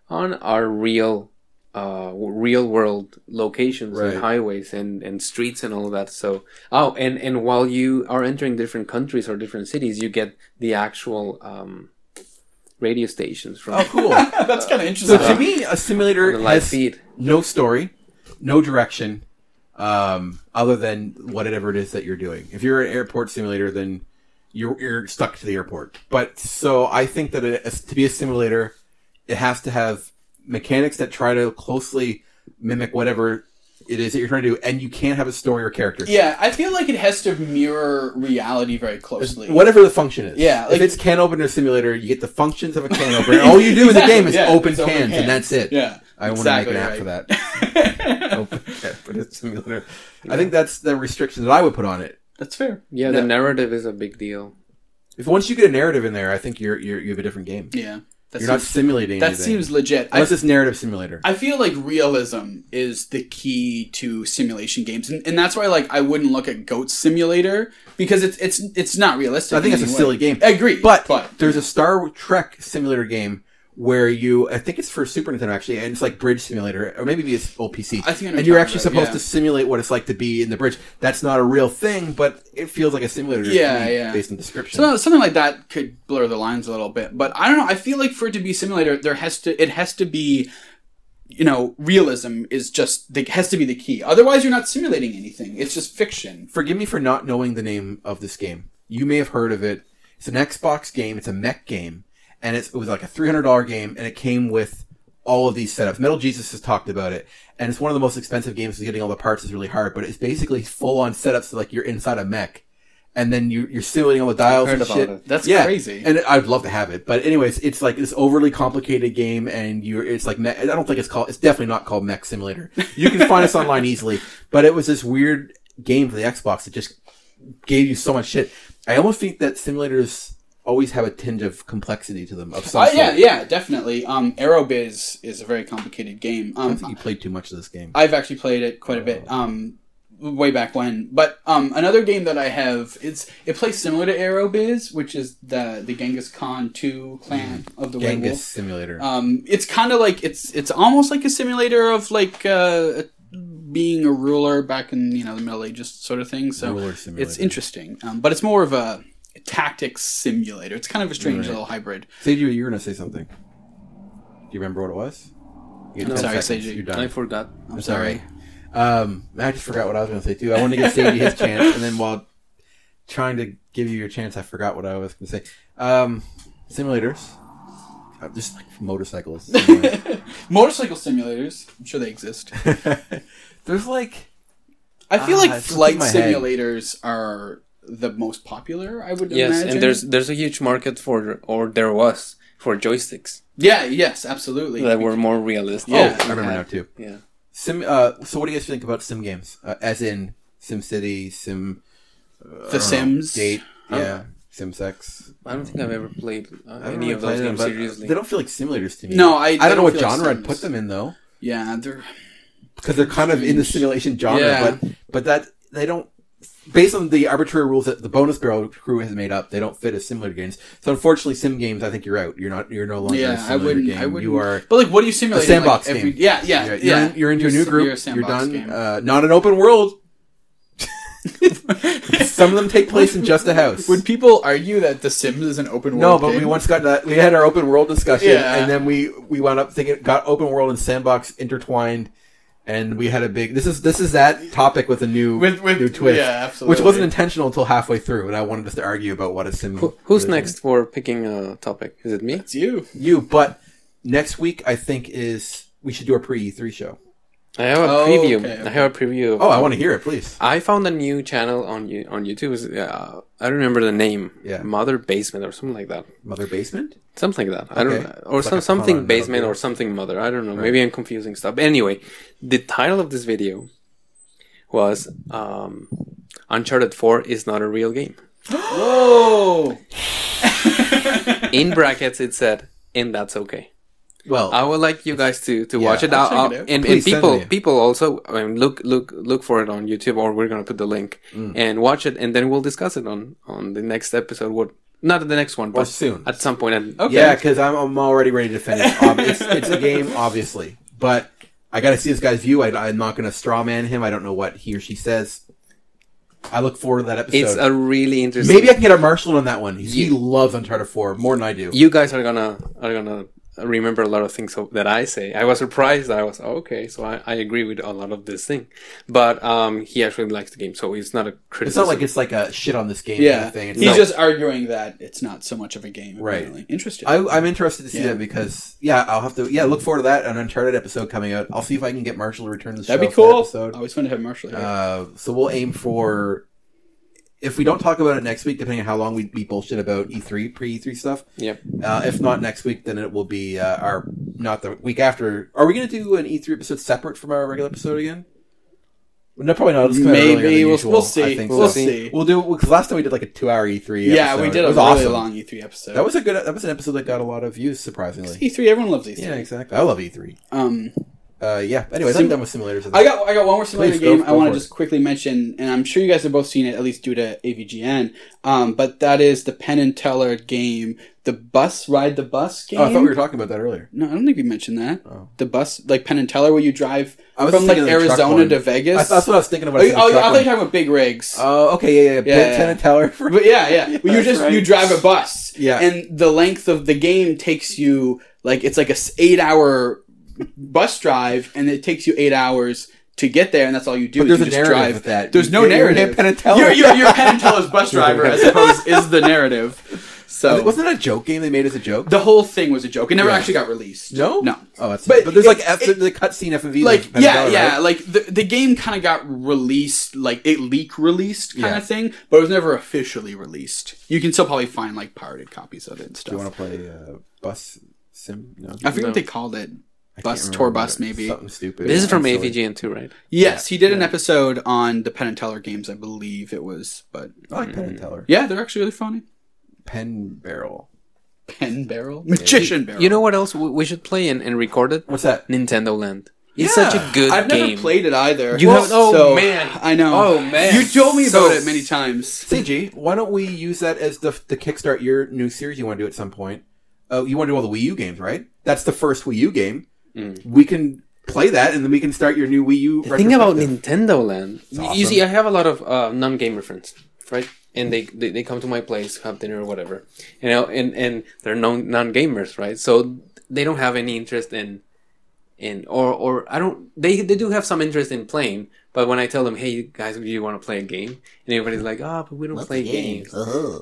C: on are real, uh, real world locations
A: Right.
C: and highways and, and streets and all that. So oh, and and while you are entering different countries or different cities, you get the actual um, radio stations from
A: Oh, cool.
B: That's kind of
A: so
B: interesting.
A: to me, a simulator
C: the live
A: has
C: feed.
A: no story, no direction, um, other than whatever it is that you're doing. If you're an airport simulator, then you're, you're stuck to the airport. But so I think that it, to be a simulator, it has to have mechanics that try to closely mimic whatever it is that you're trying to do, and you can't have a story or character.
B: yeah, I feel like it has to mirror reality very closely.
A: Whatever the function is.
B: Yeah,
A: if
B: like-
A: it's can opener simulator, you get the functions of a can opener. and All you do in the
B: Exactly,
A: game is
B: yeah,
A: open
B: it's open
A: cans,
B: cans.
A: and that's it.
B: Yeah,
A: I
B: exactly
A: want to make an app
B: right.
A: for that. but it's similar. I think that's the restriction that I would put on it.
B: That's fair.
C: Yeah, the narrative is a big deal.
A: If once you get a narrative in there, I think you're, you're you have a different game.
B: Yeah, that
A: you're not
B: seems,
A: simulating.
B: that
A: anything.
B: seems legit. I,
A: unless it's narrative simulator.
B: I feel like realism is the key to simulation games, and, and that's why like I wouldn't look at Goat Simulator because it's it's it's not realistic.
A: I think
B: in
A: it's a
B: any way.
A: silly game.
B: I agree,
A: but,
B: but
A: there's a Star Trek simulator game where you, I think it's for Super Nintendo actually, and it's like Bridge Simulator, or maybe it's old PC.
B: I think I know what
A: and
B: you're
A: you're
B: talking
A: actually
B: about,
A: supposed
B: yeah.
A: to simulate what it's like to be in the bridge. That's not a real thing, but it feels like a simulator. to
B: Yeah,
A: me
B: yeah.
A: Based on description.
B: So something like that could blur the lines a little bit, but I don't know. I feel like for it to be simulator, there has to it has to be, you know, realism is just the, has to be the key. Otherwise, you're not simulating anything. It's just fiction.
A: forgive me for not knowing the name of this game. You may have heard of it. It's an Xbox game. It's a mech game, and it's, it was like a three hundred dollar game, and it came with all of these setups. Metal Jesus has talked about it, and it's one of the most expensive games. Because getting all the parts is really hard, but it's basically full on setups. So like you're inside a mech, and then you, you're simulating all the dials
C: heard
A: and
C: about
A: shit.
C: it.
B: That's crazy.
A: And I'd love to have it, but anyways, it's like this overly complicated game, and you're it's like mech, I don't think it's called. It's definitely not called Mech Simulator. You can find us online easily, but it was this weird game for the Xbox that just gave you so much shit. I almost think that simulators always have a tinge of complexity to them. Of some
B: Uh,
A: sort.
B: yeah, yeah, definitely. Um, Aerobiz is a very complicated game.
A: I
B: Um,
A: think you played too much of this game.
B: I've actually played it quite a bit,
A: Oh.
B: um, way back when. But um, another game that I have, it's it plays similar to Aerobiz, which is the the Genghis Khan Two clan of the Red
A: Mm. Genghis
B: Wolf.
A: Simulator.
B: Um, it's kind of like it's it's almost like a simulator of like uh, being a ruler back in you know the Middle Ages sort of thing. So
A: Ruler simulator.
B: it's interesting, um, but it's more of a tactics simulator. It's kind of a strange little hybrid.
A: Seiju, you were gonna say something. Do you remember what it was? You
B: I'm
A: had 10
B: sorry,
A: seconds.
B: Seiju.
A: You're
C: I
A: done.
C: forgot.
B: I'm sorry.
A: Um, I just forgot what I was going to say too. I wanted to give Sadie his chance, and then while trying to give you your chance, I forgot what I was going to say. Um, simulators, Uh, just like motorcycles.
B: Motorcycle simulators. I'm sure they exist.
A: There's like
B: I feel
A: Ah,
B: like
A: it's
B: flight
A: in my head.
B: simulators are the most popular. I would
C: Yes,
B: imagine.
C: and there's there's a huge market for or there was for joysticks
B: yeah, yes, absolutely.
C: that were more realistic.
B: Yeah.
A: I remember now too.
C: Yeah.
A: oh, Sim. Uh, so what do you guys think about sim games? Uh, as in SimCity, Sim
B: the Sims.
A: Date, yeah, SimSex.
C: I don't think I've ever played uh,
A: I don't
C: any
A: really
C: of
A: play
C: those
A: them,
C: games
A: but
C: seriously.
A: They don't feel like simulators to me.
B: No, I-
A: I
B: I
A: don't know
B: don't
A: what
B: feel like
A: genre I'd
B: sims.
A: put them in though.
B: Yeah, they're
A: because they're kind of in the simulation genre,
B: Yeah.
A: but but that they don't based on the arbitrary rules that the bonus barrel crew has made up, they don't fit as simulator games. So unfortunately, sim games, I think you're out. You're not. You're no longer a
B: yeah. I
A: simulator
B: wouldn't.
A: game.
B: I wouldn't.
A: You are.
B: But like, what do you simulate?
A: sandbox
B: like, every-
A: game.
B: Yeah, yeah,
A: You're,
B: yeah.
A: in, you're into a new
B: s-
A: group.
B: a
A: You're,
B: sandbox
A: done.
B: game.
A: Uh, not an open world. Some of them take place in just a house.
B: Would people argue that The Sims is an open
A: no,
B: world?
A: but we
B: game?
A: once got that. We had our open world discussion,
B: Yeah.
A: and then we we wound up thinking got open world and sandbox intertwined, and we had a big. This is this is that topic with a new
B: With- with-
A: new twist,
B: yeah, absolutely.
A: which wasn't intentional until halfway through, and I wanted us to argue about what a sim.
C: Who- Who's next for picking a topic? Is it me?
B: It's you.
A: You, but next week I think is we should do a pre E three show.
C: I have a
B: Oh,
C: preview.
B: okay,
C: I have a preview. Of,
A: Oh, I want to hear it, please.
C: I found a new channel on you on YouTube. It was, Uh, I don't remember the name.
A: Yeah.
C: Mother Basement or something like that.
A: Mother basement.
C: Something like that. I don't
A: Okay.
C: or
A: It's
C: some,
A: like a
C: something
A: pun, that'll
C: basement
A: do.
C: or something mother. I don't know. Maybe I'm confusing stuff. But anyway, the title of this video was um, Uncharted 4 is not a real game.
B: Whoa.
C: In brackets it said and that's okay.
A: Well,
C: I would like you guys to, to watch it.
B: I'll
C: I'll-
B: check
C: I'll-
B: it out.
C: and, and
A: Please send
C: people
A: me.
C: people also I mean, look look look for it on
A: Mm.
C: YouTube or we're gonna put the link and watch it and then we'll discuss it on on the next episode what Not in the next one, but
A: soon.
C: At some point. And
B: Okay.
A: Yeah, because I'm, I'm already ready to finish. Ob- it's, it's a game, obviously, but I got to see this guy's view. I, I'm not going to straw man him. I don't know what he or she says. I look forward to that episode.
C: it's a really interesting.
A: Maybe I can get a Marshall on that one. He, he
C: You-
A: loves Uncharted 4 more than I do.
C: you guys are gonna are gonna remember a lot of things that I say. I was surprised. I was "Oh, okay, so I, I agree with a lot of this thing, but um, he actually likes the game, so it's not a
A: it's
C: criticism.
A: not like it's like a shit on this game kind
B: Yeah,
A: of thing. It's
B: he's
A: not-
B: just arguing that it's not so much of a game.
A: Right.
B: Apparently. Interesting.
A: I, I'm interested to see
B: Yeah.
A: that because yeah, I'll have to yeah look forward to that an Uncharted episode coming out. I'll see if I can get Marshall to return to the
B: That'd
A: show
B: be
A: for that
B: cool.
A: episode.
B: Always fun to have Marshall here.
A: Uh, so we'll aim for if we don't talk about it next week, depending on how long we we bullshit about E3 pre E3 stuff.
C: Yep.
A: Uh, if not next week, then it will be uh, our not the week after. Are we going to do an E3 episode separate from our regular episode again? No, probably not. It's
B: Maybe we'll, we'll see.
A: I think
B: we'll
A: so.
B: see.
A: We'll do because last time we did like a two-hour E3.
B: yeah,
A: E episode.
B: we did
A: It
B: a
A: was
B: really
A: awesome.
B: long E3 episode.
A: That was a good. That was an episode that got a lot of views. Surprisingly,
B: E3. Everyone loves E3.
A: yeah, exactly. I love E3.
B: Um,
A: Uh, yeah. Anyways,
B: Sim-
A: I'm done with simulators.
B: I got I got one more simulator
A: Please go-
B: game I
A: go
B: want
A: for
B: to
A: it.
B: just quickly mention, and I'm sure you guys have both seen it at least due to AVGN. Um, but that is the Penn and Teller game, the Bus Ride the Bus game.
A: oh, I thought we were talking about that earlier.
B: No, I don't think we mentioned that.
A: Oh.
B: The bus, like Penn and Teller, where you drive
A: I was
B: from like
A: thinking of the truck
B: Arizona
A: one.
B: to
A: I,
B: Vegas.
A: that's what I was thinking about.
B: oh, you- oh,
A: truck
B: I thought you
A: one.
B: were talking about big rigs.
A: Oh, okay, yeah, yeah, yeah.
B: Yeah,
A: Bit
B: yeah.
A: tenant teller. For,
B: But yeah, yeah. Well, you
A: that's
B: just
A: right.
B: you drive a bus.
A: Yeah.
B: And the length of the game takes you like it's like a s- eight hour bus drive, and it takes you eight hours to get there, and that's all you do.
A: But
B: is
A: there's
B: you
A: a
B: just
A: narrative
B: drive.
A: with that.
B: There's no
A: You're- you're
B: narrative.
A: Penn and Teller.
B: You're, you're, you're Penn and Teller's bus driver, I suppose, is the narrative. So
A: Wasn't that a joke game they made as a joke?
B: the whole thing was a joke. It never
A: Yeah.
B: actually got released.
A: no,
B: no.
A: Oh, that's but,
B: But
A: there's like
B: it-
A: F,
B: it-
A: the cutscene FMV.
B: like
A: of Penn and
B: yeah
A: Teller,
B: yeah
A: right?
B: like the, the game kind of got released like it leak released kind
A: Yeah.
B: of thing but it was never officially released you can still probably find like pirated copies of it and
A: Do you
B: stuff
A: want to play uh, bus sim? No,
B: i forget
C: No.
B: what they called it
A: I can't
B: bus
A: remember
B: tour
A: what
B: bus
A: it-
B: maybe
A: something stupid.
C: This is from
A: I'm silly.
C: AVGN too, right?
B: yes he did an episode on the penn and teller games i believe it was but
A: I like Penn and Teller.
B: yeah they're actually really funny
A: Pen Barrel.
B: pen barrel magician barrel
C: You know what else we we should play and, and record it?
A: What's that?
C: Nintendo Land. It's such a good
B: i've
C: game.
B: never played it either
C: You haven't- oh,
B: so-
C: man.
B: i know
C: Oh, man.
B: you told me
C: So-
B: about it many times
A: CG, why don't we use that as the the kickstart your new series you want to do at some point? Oh, you want to do all the Wii U games, right? That's the first Wii U game.
B: Mm.
A: We can play that, and then we can start your new Wii U.
C: The thing about
A: retrospective.
C: Nintendo Land, y- you
A: awesome.
C: see, I have a lot of uh, non-gamer friends, right? And they, they they come to my place, have dinner or whatever, you know, and and they're non non-gamers, right? So they don't have any interest in in or or I don't they they do have some interest in playing, but when I tell them, hey you guys, do you want to play a game? And everybody's like, ah, but we don't play games.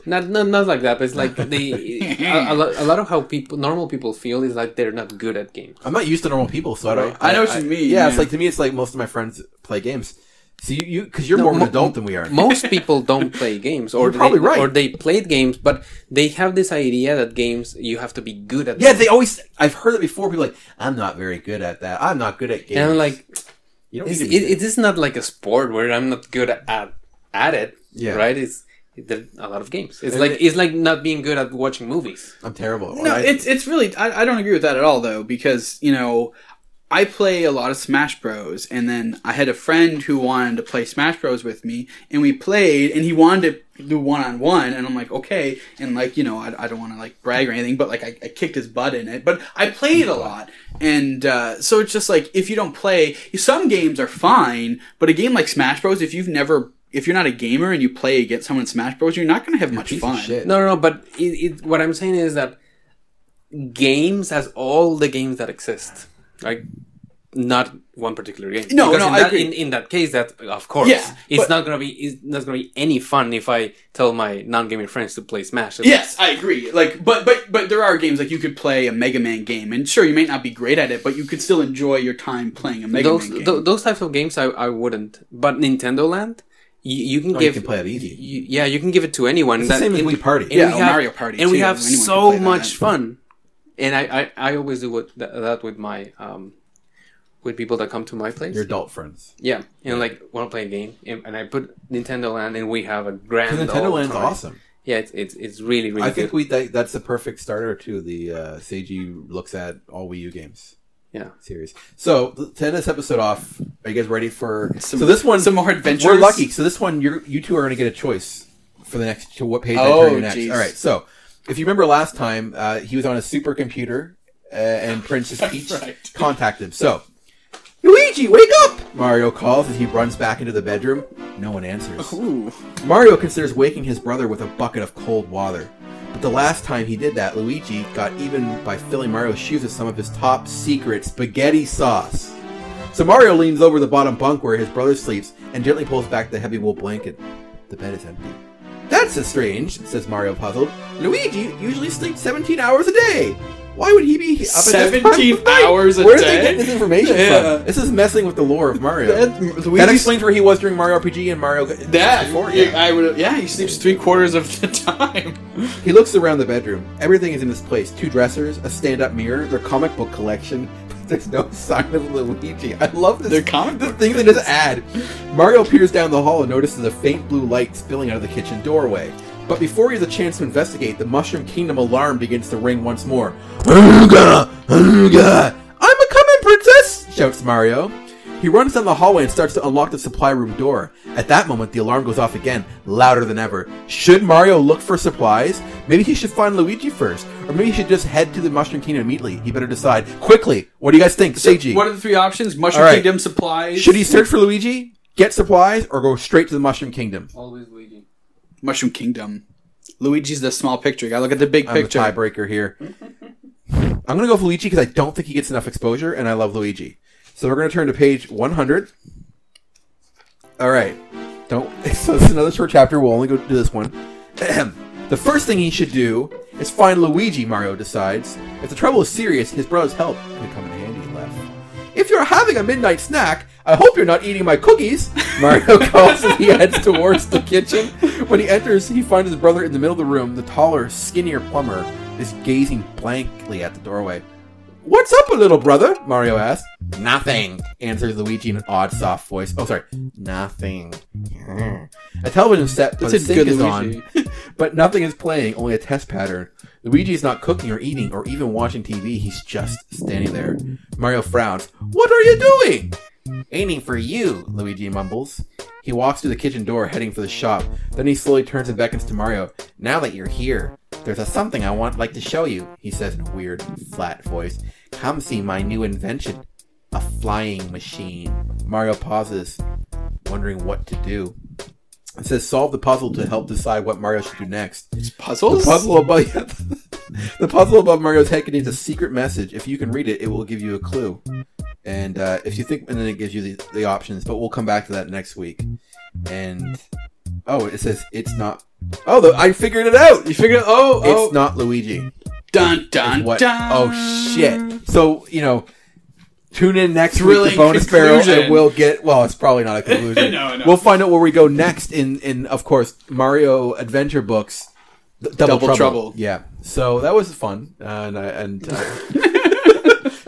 C: Not, not not like that, but it's like they a, a, lot, a lot of how people normal people feel is like they're not good at games.
A: I'm not used to normal people, so I don't.
B: I know what you mean,
A: Yeah, it's
B: yeah.
A: like to me, it's like most of my friends play games. So you, you, because you're more of an
C: mo-
A: adult than we are.
C: most people don't play games or
A: You're probably
C: they,
A: right.
C: or they played games but they have this idea that games you have to be good at
A: yeah,
C: them.
A: they always. I've heard it before. People are like, I'm not very good at that. I'm not good at games.
C: and i'm like
A: you don't need
C: it's,
A: to
C: it,
A: be good.
C: it is not like a sport where i'm not good at at it
A: Yeah.
C: right it's there are a lot of games it's
A: And
C: like
A: it-
C: it's like not being good at watching movies
A: I'm terrible.
B: No,
A: I-
B: it's it's really I, I don't agree with that at all though because you know I play a lot of Smash Bros and then I had a friend who wanted to play Smash Bros with me and we played and he wanted to do one on one and I'm like okay and like you know I, I don't want to like brag or anything but like I, I kicked his butt in it but I played a lot and uh, so it's just like if you don't play some games are fine but a game like Smash Bros if you've never if you're not a gamer and you play against someone in Smash Bros you're not gonna have much
A: piece
B: fun.
A: of shit.
C: no no no but it, it, what i'm saying is that games has all the games that exist like not one particular game.
B: No,
C: Because
B: no,
C: in
B: I
C: that,
B: agree.
C: In, in that case, that of course,
B: Yeah,
C: it's
B: but-
C: not gonna be it's not gonna be any fun if I tell my non-gaming friends to play Smash.
B: Yes, I agree. Like, but but but there are games like you could play a Mega Man game, and sure, you may not be great at it, but you could still enjoy your time playing a Mega
C: those
B: Man game.
C: tho- those types of games I, I wouldn't. But Nintendo Land, you, you can
A: Oh, you
C: give
A: can play it easy.
C: you- yeah, you can give it to anyone.
A: It's the same as
C: and-
A: Wii Party.
C: and
B: Yeah,
C: we
B: or
C: have-
B: Mario Party,
C: and we
B: too.
C: have
B: Anyone can
C: so
B: play that.
C: much fun. And I, I, I always do what, that, that with my um, with people that come to my place.
A: Your adult friends.
C: Yeah, and like want to play a game, and, and I put Nintendo Land, and we have a
A: 'Cause
C: grand.
A: Nintendo
C: old
A: Land's
C: time.
A: awesome.
C: Yeah, it's it's, it's really really
A: I
C: good.
A: think we that, that's the perfect starter to the uh, Seiji looks at all Wii U games
C: yeah,
A: series. So to end this episode off, are you guys ready for
B: Some-
A: so this one?
B: some more adventures.
A: We're lucky. So this one, you you two are going to get a choice for the next to what page I
B: Oh,
A: turn to next.
B: jeez.
A: All right, so if you remember last time, uh, he was on a supercomputer, uh, and Princess Peach
B: Right.
A: contacted him. So Luigi, wake up! Mario calls as he runs back into the bedroom. No one answers.
B: Ooh.
A: Mario considers waking his brother with a bucket of cold water. But the last time he did that, Luigi got even by filling Mario's shoes with some of his top secret spaghetti sauce. So Mario leans over the bottom bunk where his brother sleeps and gently pulls back the heavy wool blanket. The bed is empty. That's a strange, says Mario puzzled. Luigi usually sleeps 17 hours a day. Why would he be up at this time of
B: 17
A: night?
B: hours a
A: Where did they get
B: day?
A: this information
B: Yeah.
A: from? This is messing with the lore of Mario.
B: That-
A: That
B: Luigi's-
A: explains where he was during Mario RPG and Mario.
B: That
A: before,
B: yeah, I would. Yeah, he sleeps three quarters of the time.
A: He looks around the bedroom. Everything is in this place: two dressers, a stand-up mirror, their comic book collection. There's no sign of Luigi. I love this.
B: Their comic
A: this
B: book
A: thing they just add. Mario peers down the hall and notices a faint blue light spilling out of the kitchen doorway. But before he has a chance to investigate, the Mushroom Kingdom alarm begins to ring once more. Aruga! Aruga! I'm a coming, princess! shouts Mario. He runs down the hallway and starts to unlock the supply room door. At that moment, the alarm goes off again, louder than ever. Should Mario look for supplies? Maybe he should find Luigi first. Or maybe he should just head to the Mushroom Kingdom immediately. He better decide. Quickly! What do you guys think? Seiji.
B: What are the three options? Mushroom
A: All right.
B: Kingdom supplies.
A: Should he search for Luigi, get supplies, or go straight to the Mushroom Kingdom?
C: Always Luigi.
B: Mushroom Kingdom. Luigi's the small picture. You gotta look at the big
A: I'm
B: picture.
A: the tiebreaker here. I'm going to go with Luigi because I don't think he gets enough exposure, and I love Luigi. So we're going to turn to page 100. All right. Don't. So this is another short chapter. We'll only go to this one. Ahem. the first thing he should do is find Luigi, Mario decides. If the trouble is serious, his brother's help could come in handy, he left. If you're having a midnight snack, I hope you're not eating my cookies. Mario calls as he heads towards the kitchen. When he enters, he finds his brother in the middle of the room. The taller, skinnier plumber is gazing blankly at the doorway. What's up, little brother? Mario asks. Nothing, answers Luigi in an odd, soft voice. Oh, sorry. Nothing. Hmm. A television set by
B: That's
A: the
B: a
A: sink
B: good
A: is
B: Luigi.
A: on, but nothing is playing, only a test pattern. Luigi is not cooking or eating or even watching TV. He's just standing there. Mario frowns. What are you doing? Aiming for you, Luigi mumbles. He walks through the kitchen door, heading for the shop. Then he slowly turns and beckons to Mario. Now that you're here, there's a something I want like to show you, he says in a weird, flat voice. Come see my new invention. A flying machine. Mario pauses, wondering what to do. It says solve the puzzle to help decide what Mario should do next.
B: Puzzles.
A: The puzzle above the puzzle above Mario's head contains a secret message. If you can read it, it will give you a clue. And uh, if you think, and then it gives you the, the options. But we'll come back to that next week. And oh, it says it's not. Oh, the, I figured it out.
B: You figure. Oh, oh.
A: It's not Luigi.
B: dun dun
A: What?
B: dun.
A: Oh shit! So you know, tune in next week
B: Thrilling
A: to bonus barrel, and
B: conclusion.
A: we'll get. Well, it's probably not a conclusion.
B: No, no.
A: We'll find out where we go next in in of course Mario Adventure books. th- Double,
B: Double
A: trouble.
B: Trouble.
A: Yeah. So that was fun, uh, and I, and. uh,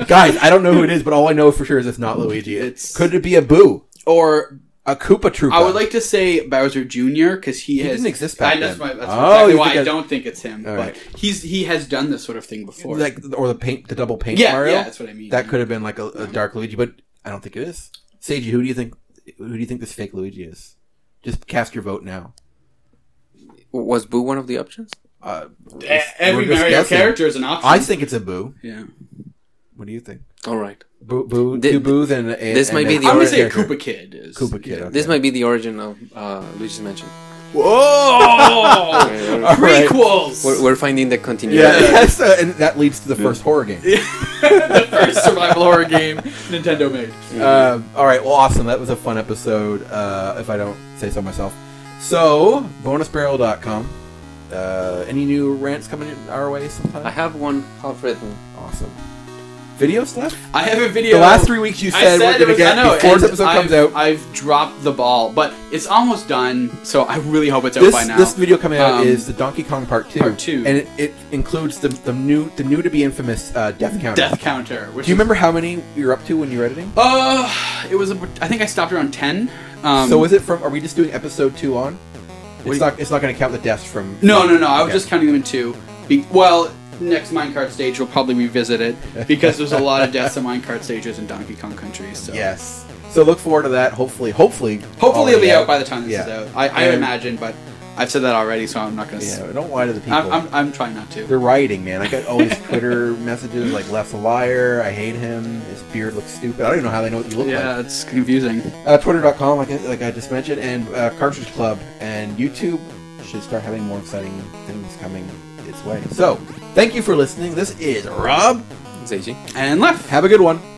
A: Guys, I don't know who it is, but all I know for sure is it's not Luigi. It's
B: It's-
A: could it be a Boo,
B: Or
A: a Koopa Troopa?
B: I would like to say Bowser Jr. because he, has,
A: didn't exist back
B: I, that's
A: then.
B: Why, that's
A: Oh,
B: exactly
A: you
B: why
A: think
B: I
A: I-
B: don't think it's him.
A: All
B: but
A: right.
B: he's he has done this sort of thing before.
A: like or the paint, the double paint
B: yeah,
A: Mario.
B: yeah, that's what I mean.
A: That could have been like a, a dark Luigi, but I don't think it is. Seiji, who do you think? Who do you think this fake Luigi is? Just cast your vote now.
C: Was Boo one of the options?
A: Uh,
B: E- every
A: we're just
B: Mario
A: guessing.
B: character is an option.
A: I think it's a Boo.
B: yeah,
A: What do you think?
C: All right.
A: Boo, boo,
C: Th-
A: two Boos, and a,
C: this
A: and
C: might
A: a-
C: be the
B: I'm
C: Or-
B: gonna say Koopa Kid is
A: Koopa Kid. okay.
C: This might be the origin of uh, Luigi's Mansion.
B: Whoa!
C: We're,
A: All right.
B: Oh, Prequels.
C: we're- we're finding the continuity.
A: Yeah, that's, uh, and that leads to the first horror game.
B: the first survival horror game Nintendo made.
A: Um, all right, well, awesome. That was a fun episode, uh, if I don't say so myself. So, bonusbarrel.com. Uh, any new rants coming in our way
C: I
A: sometime?
C: have one half written.
A: Awesome. Video stuff?
B: I have a video.
A: The last three weeks you said, we're
B: it
A: going to
B: was-
A: get
B: I know,
A: before this
B: and
A: episode
B: I've,
A: comes out.
B: I've dropped the ball, but it's almost done. So I really hope it's out
A: this,
B: by now.
A: this video coming out
B: Um,
A: is the Donkey Kong Part Two,
B: Part Two.
A: and it, it includes the, the new the new to be infamous uh, death count.
B: death counter. Which
A: Do you
B: is-
A: remember how many you were up to when you were editing?
B: Uh, it was. A, I think I stopped around ten. Um,
A: so is it from? Are we just doing episode two on?
B: do
A: It's
B: you-
A: not. It's not going to count the deaths from.
B: No, no, no. I was
A: Okay.
B: just counting them in two. Be- well, next minecart stage we'll probably revisit it because there's a lot of deaths in minecart stages in Donkey Kong Country. So
A: Yes. So look forward to that. Hopefully, hopefully,
B: hopefully it'll be
A: already
B: out by the time this
A: Oh, Yeah.
B: is out. I, I
A: And-
B: imagine, but I've said that already, so I'm not going to.
A: Yeah,
B: Yeah.
A: don't lie to the people.
B: I'm, I'm, I'm trying not to.
A: They're rioting, man. I got all these Twitter messages like "Left's a liar," "I hate him," "His beard looks stupid." I don't even know how they know what you look
B: Yeah, it's confusing.
A: like. Uh, Twitter.com, like, I- like I just mentioned, and uh, Cartridge Club and YouTube should start having more exciting things coming its way. So, thank you for listening. This is Rob.
C: It's AG.
B: And left.
A: Have a good one.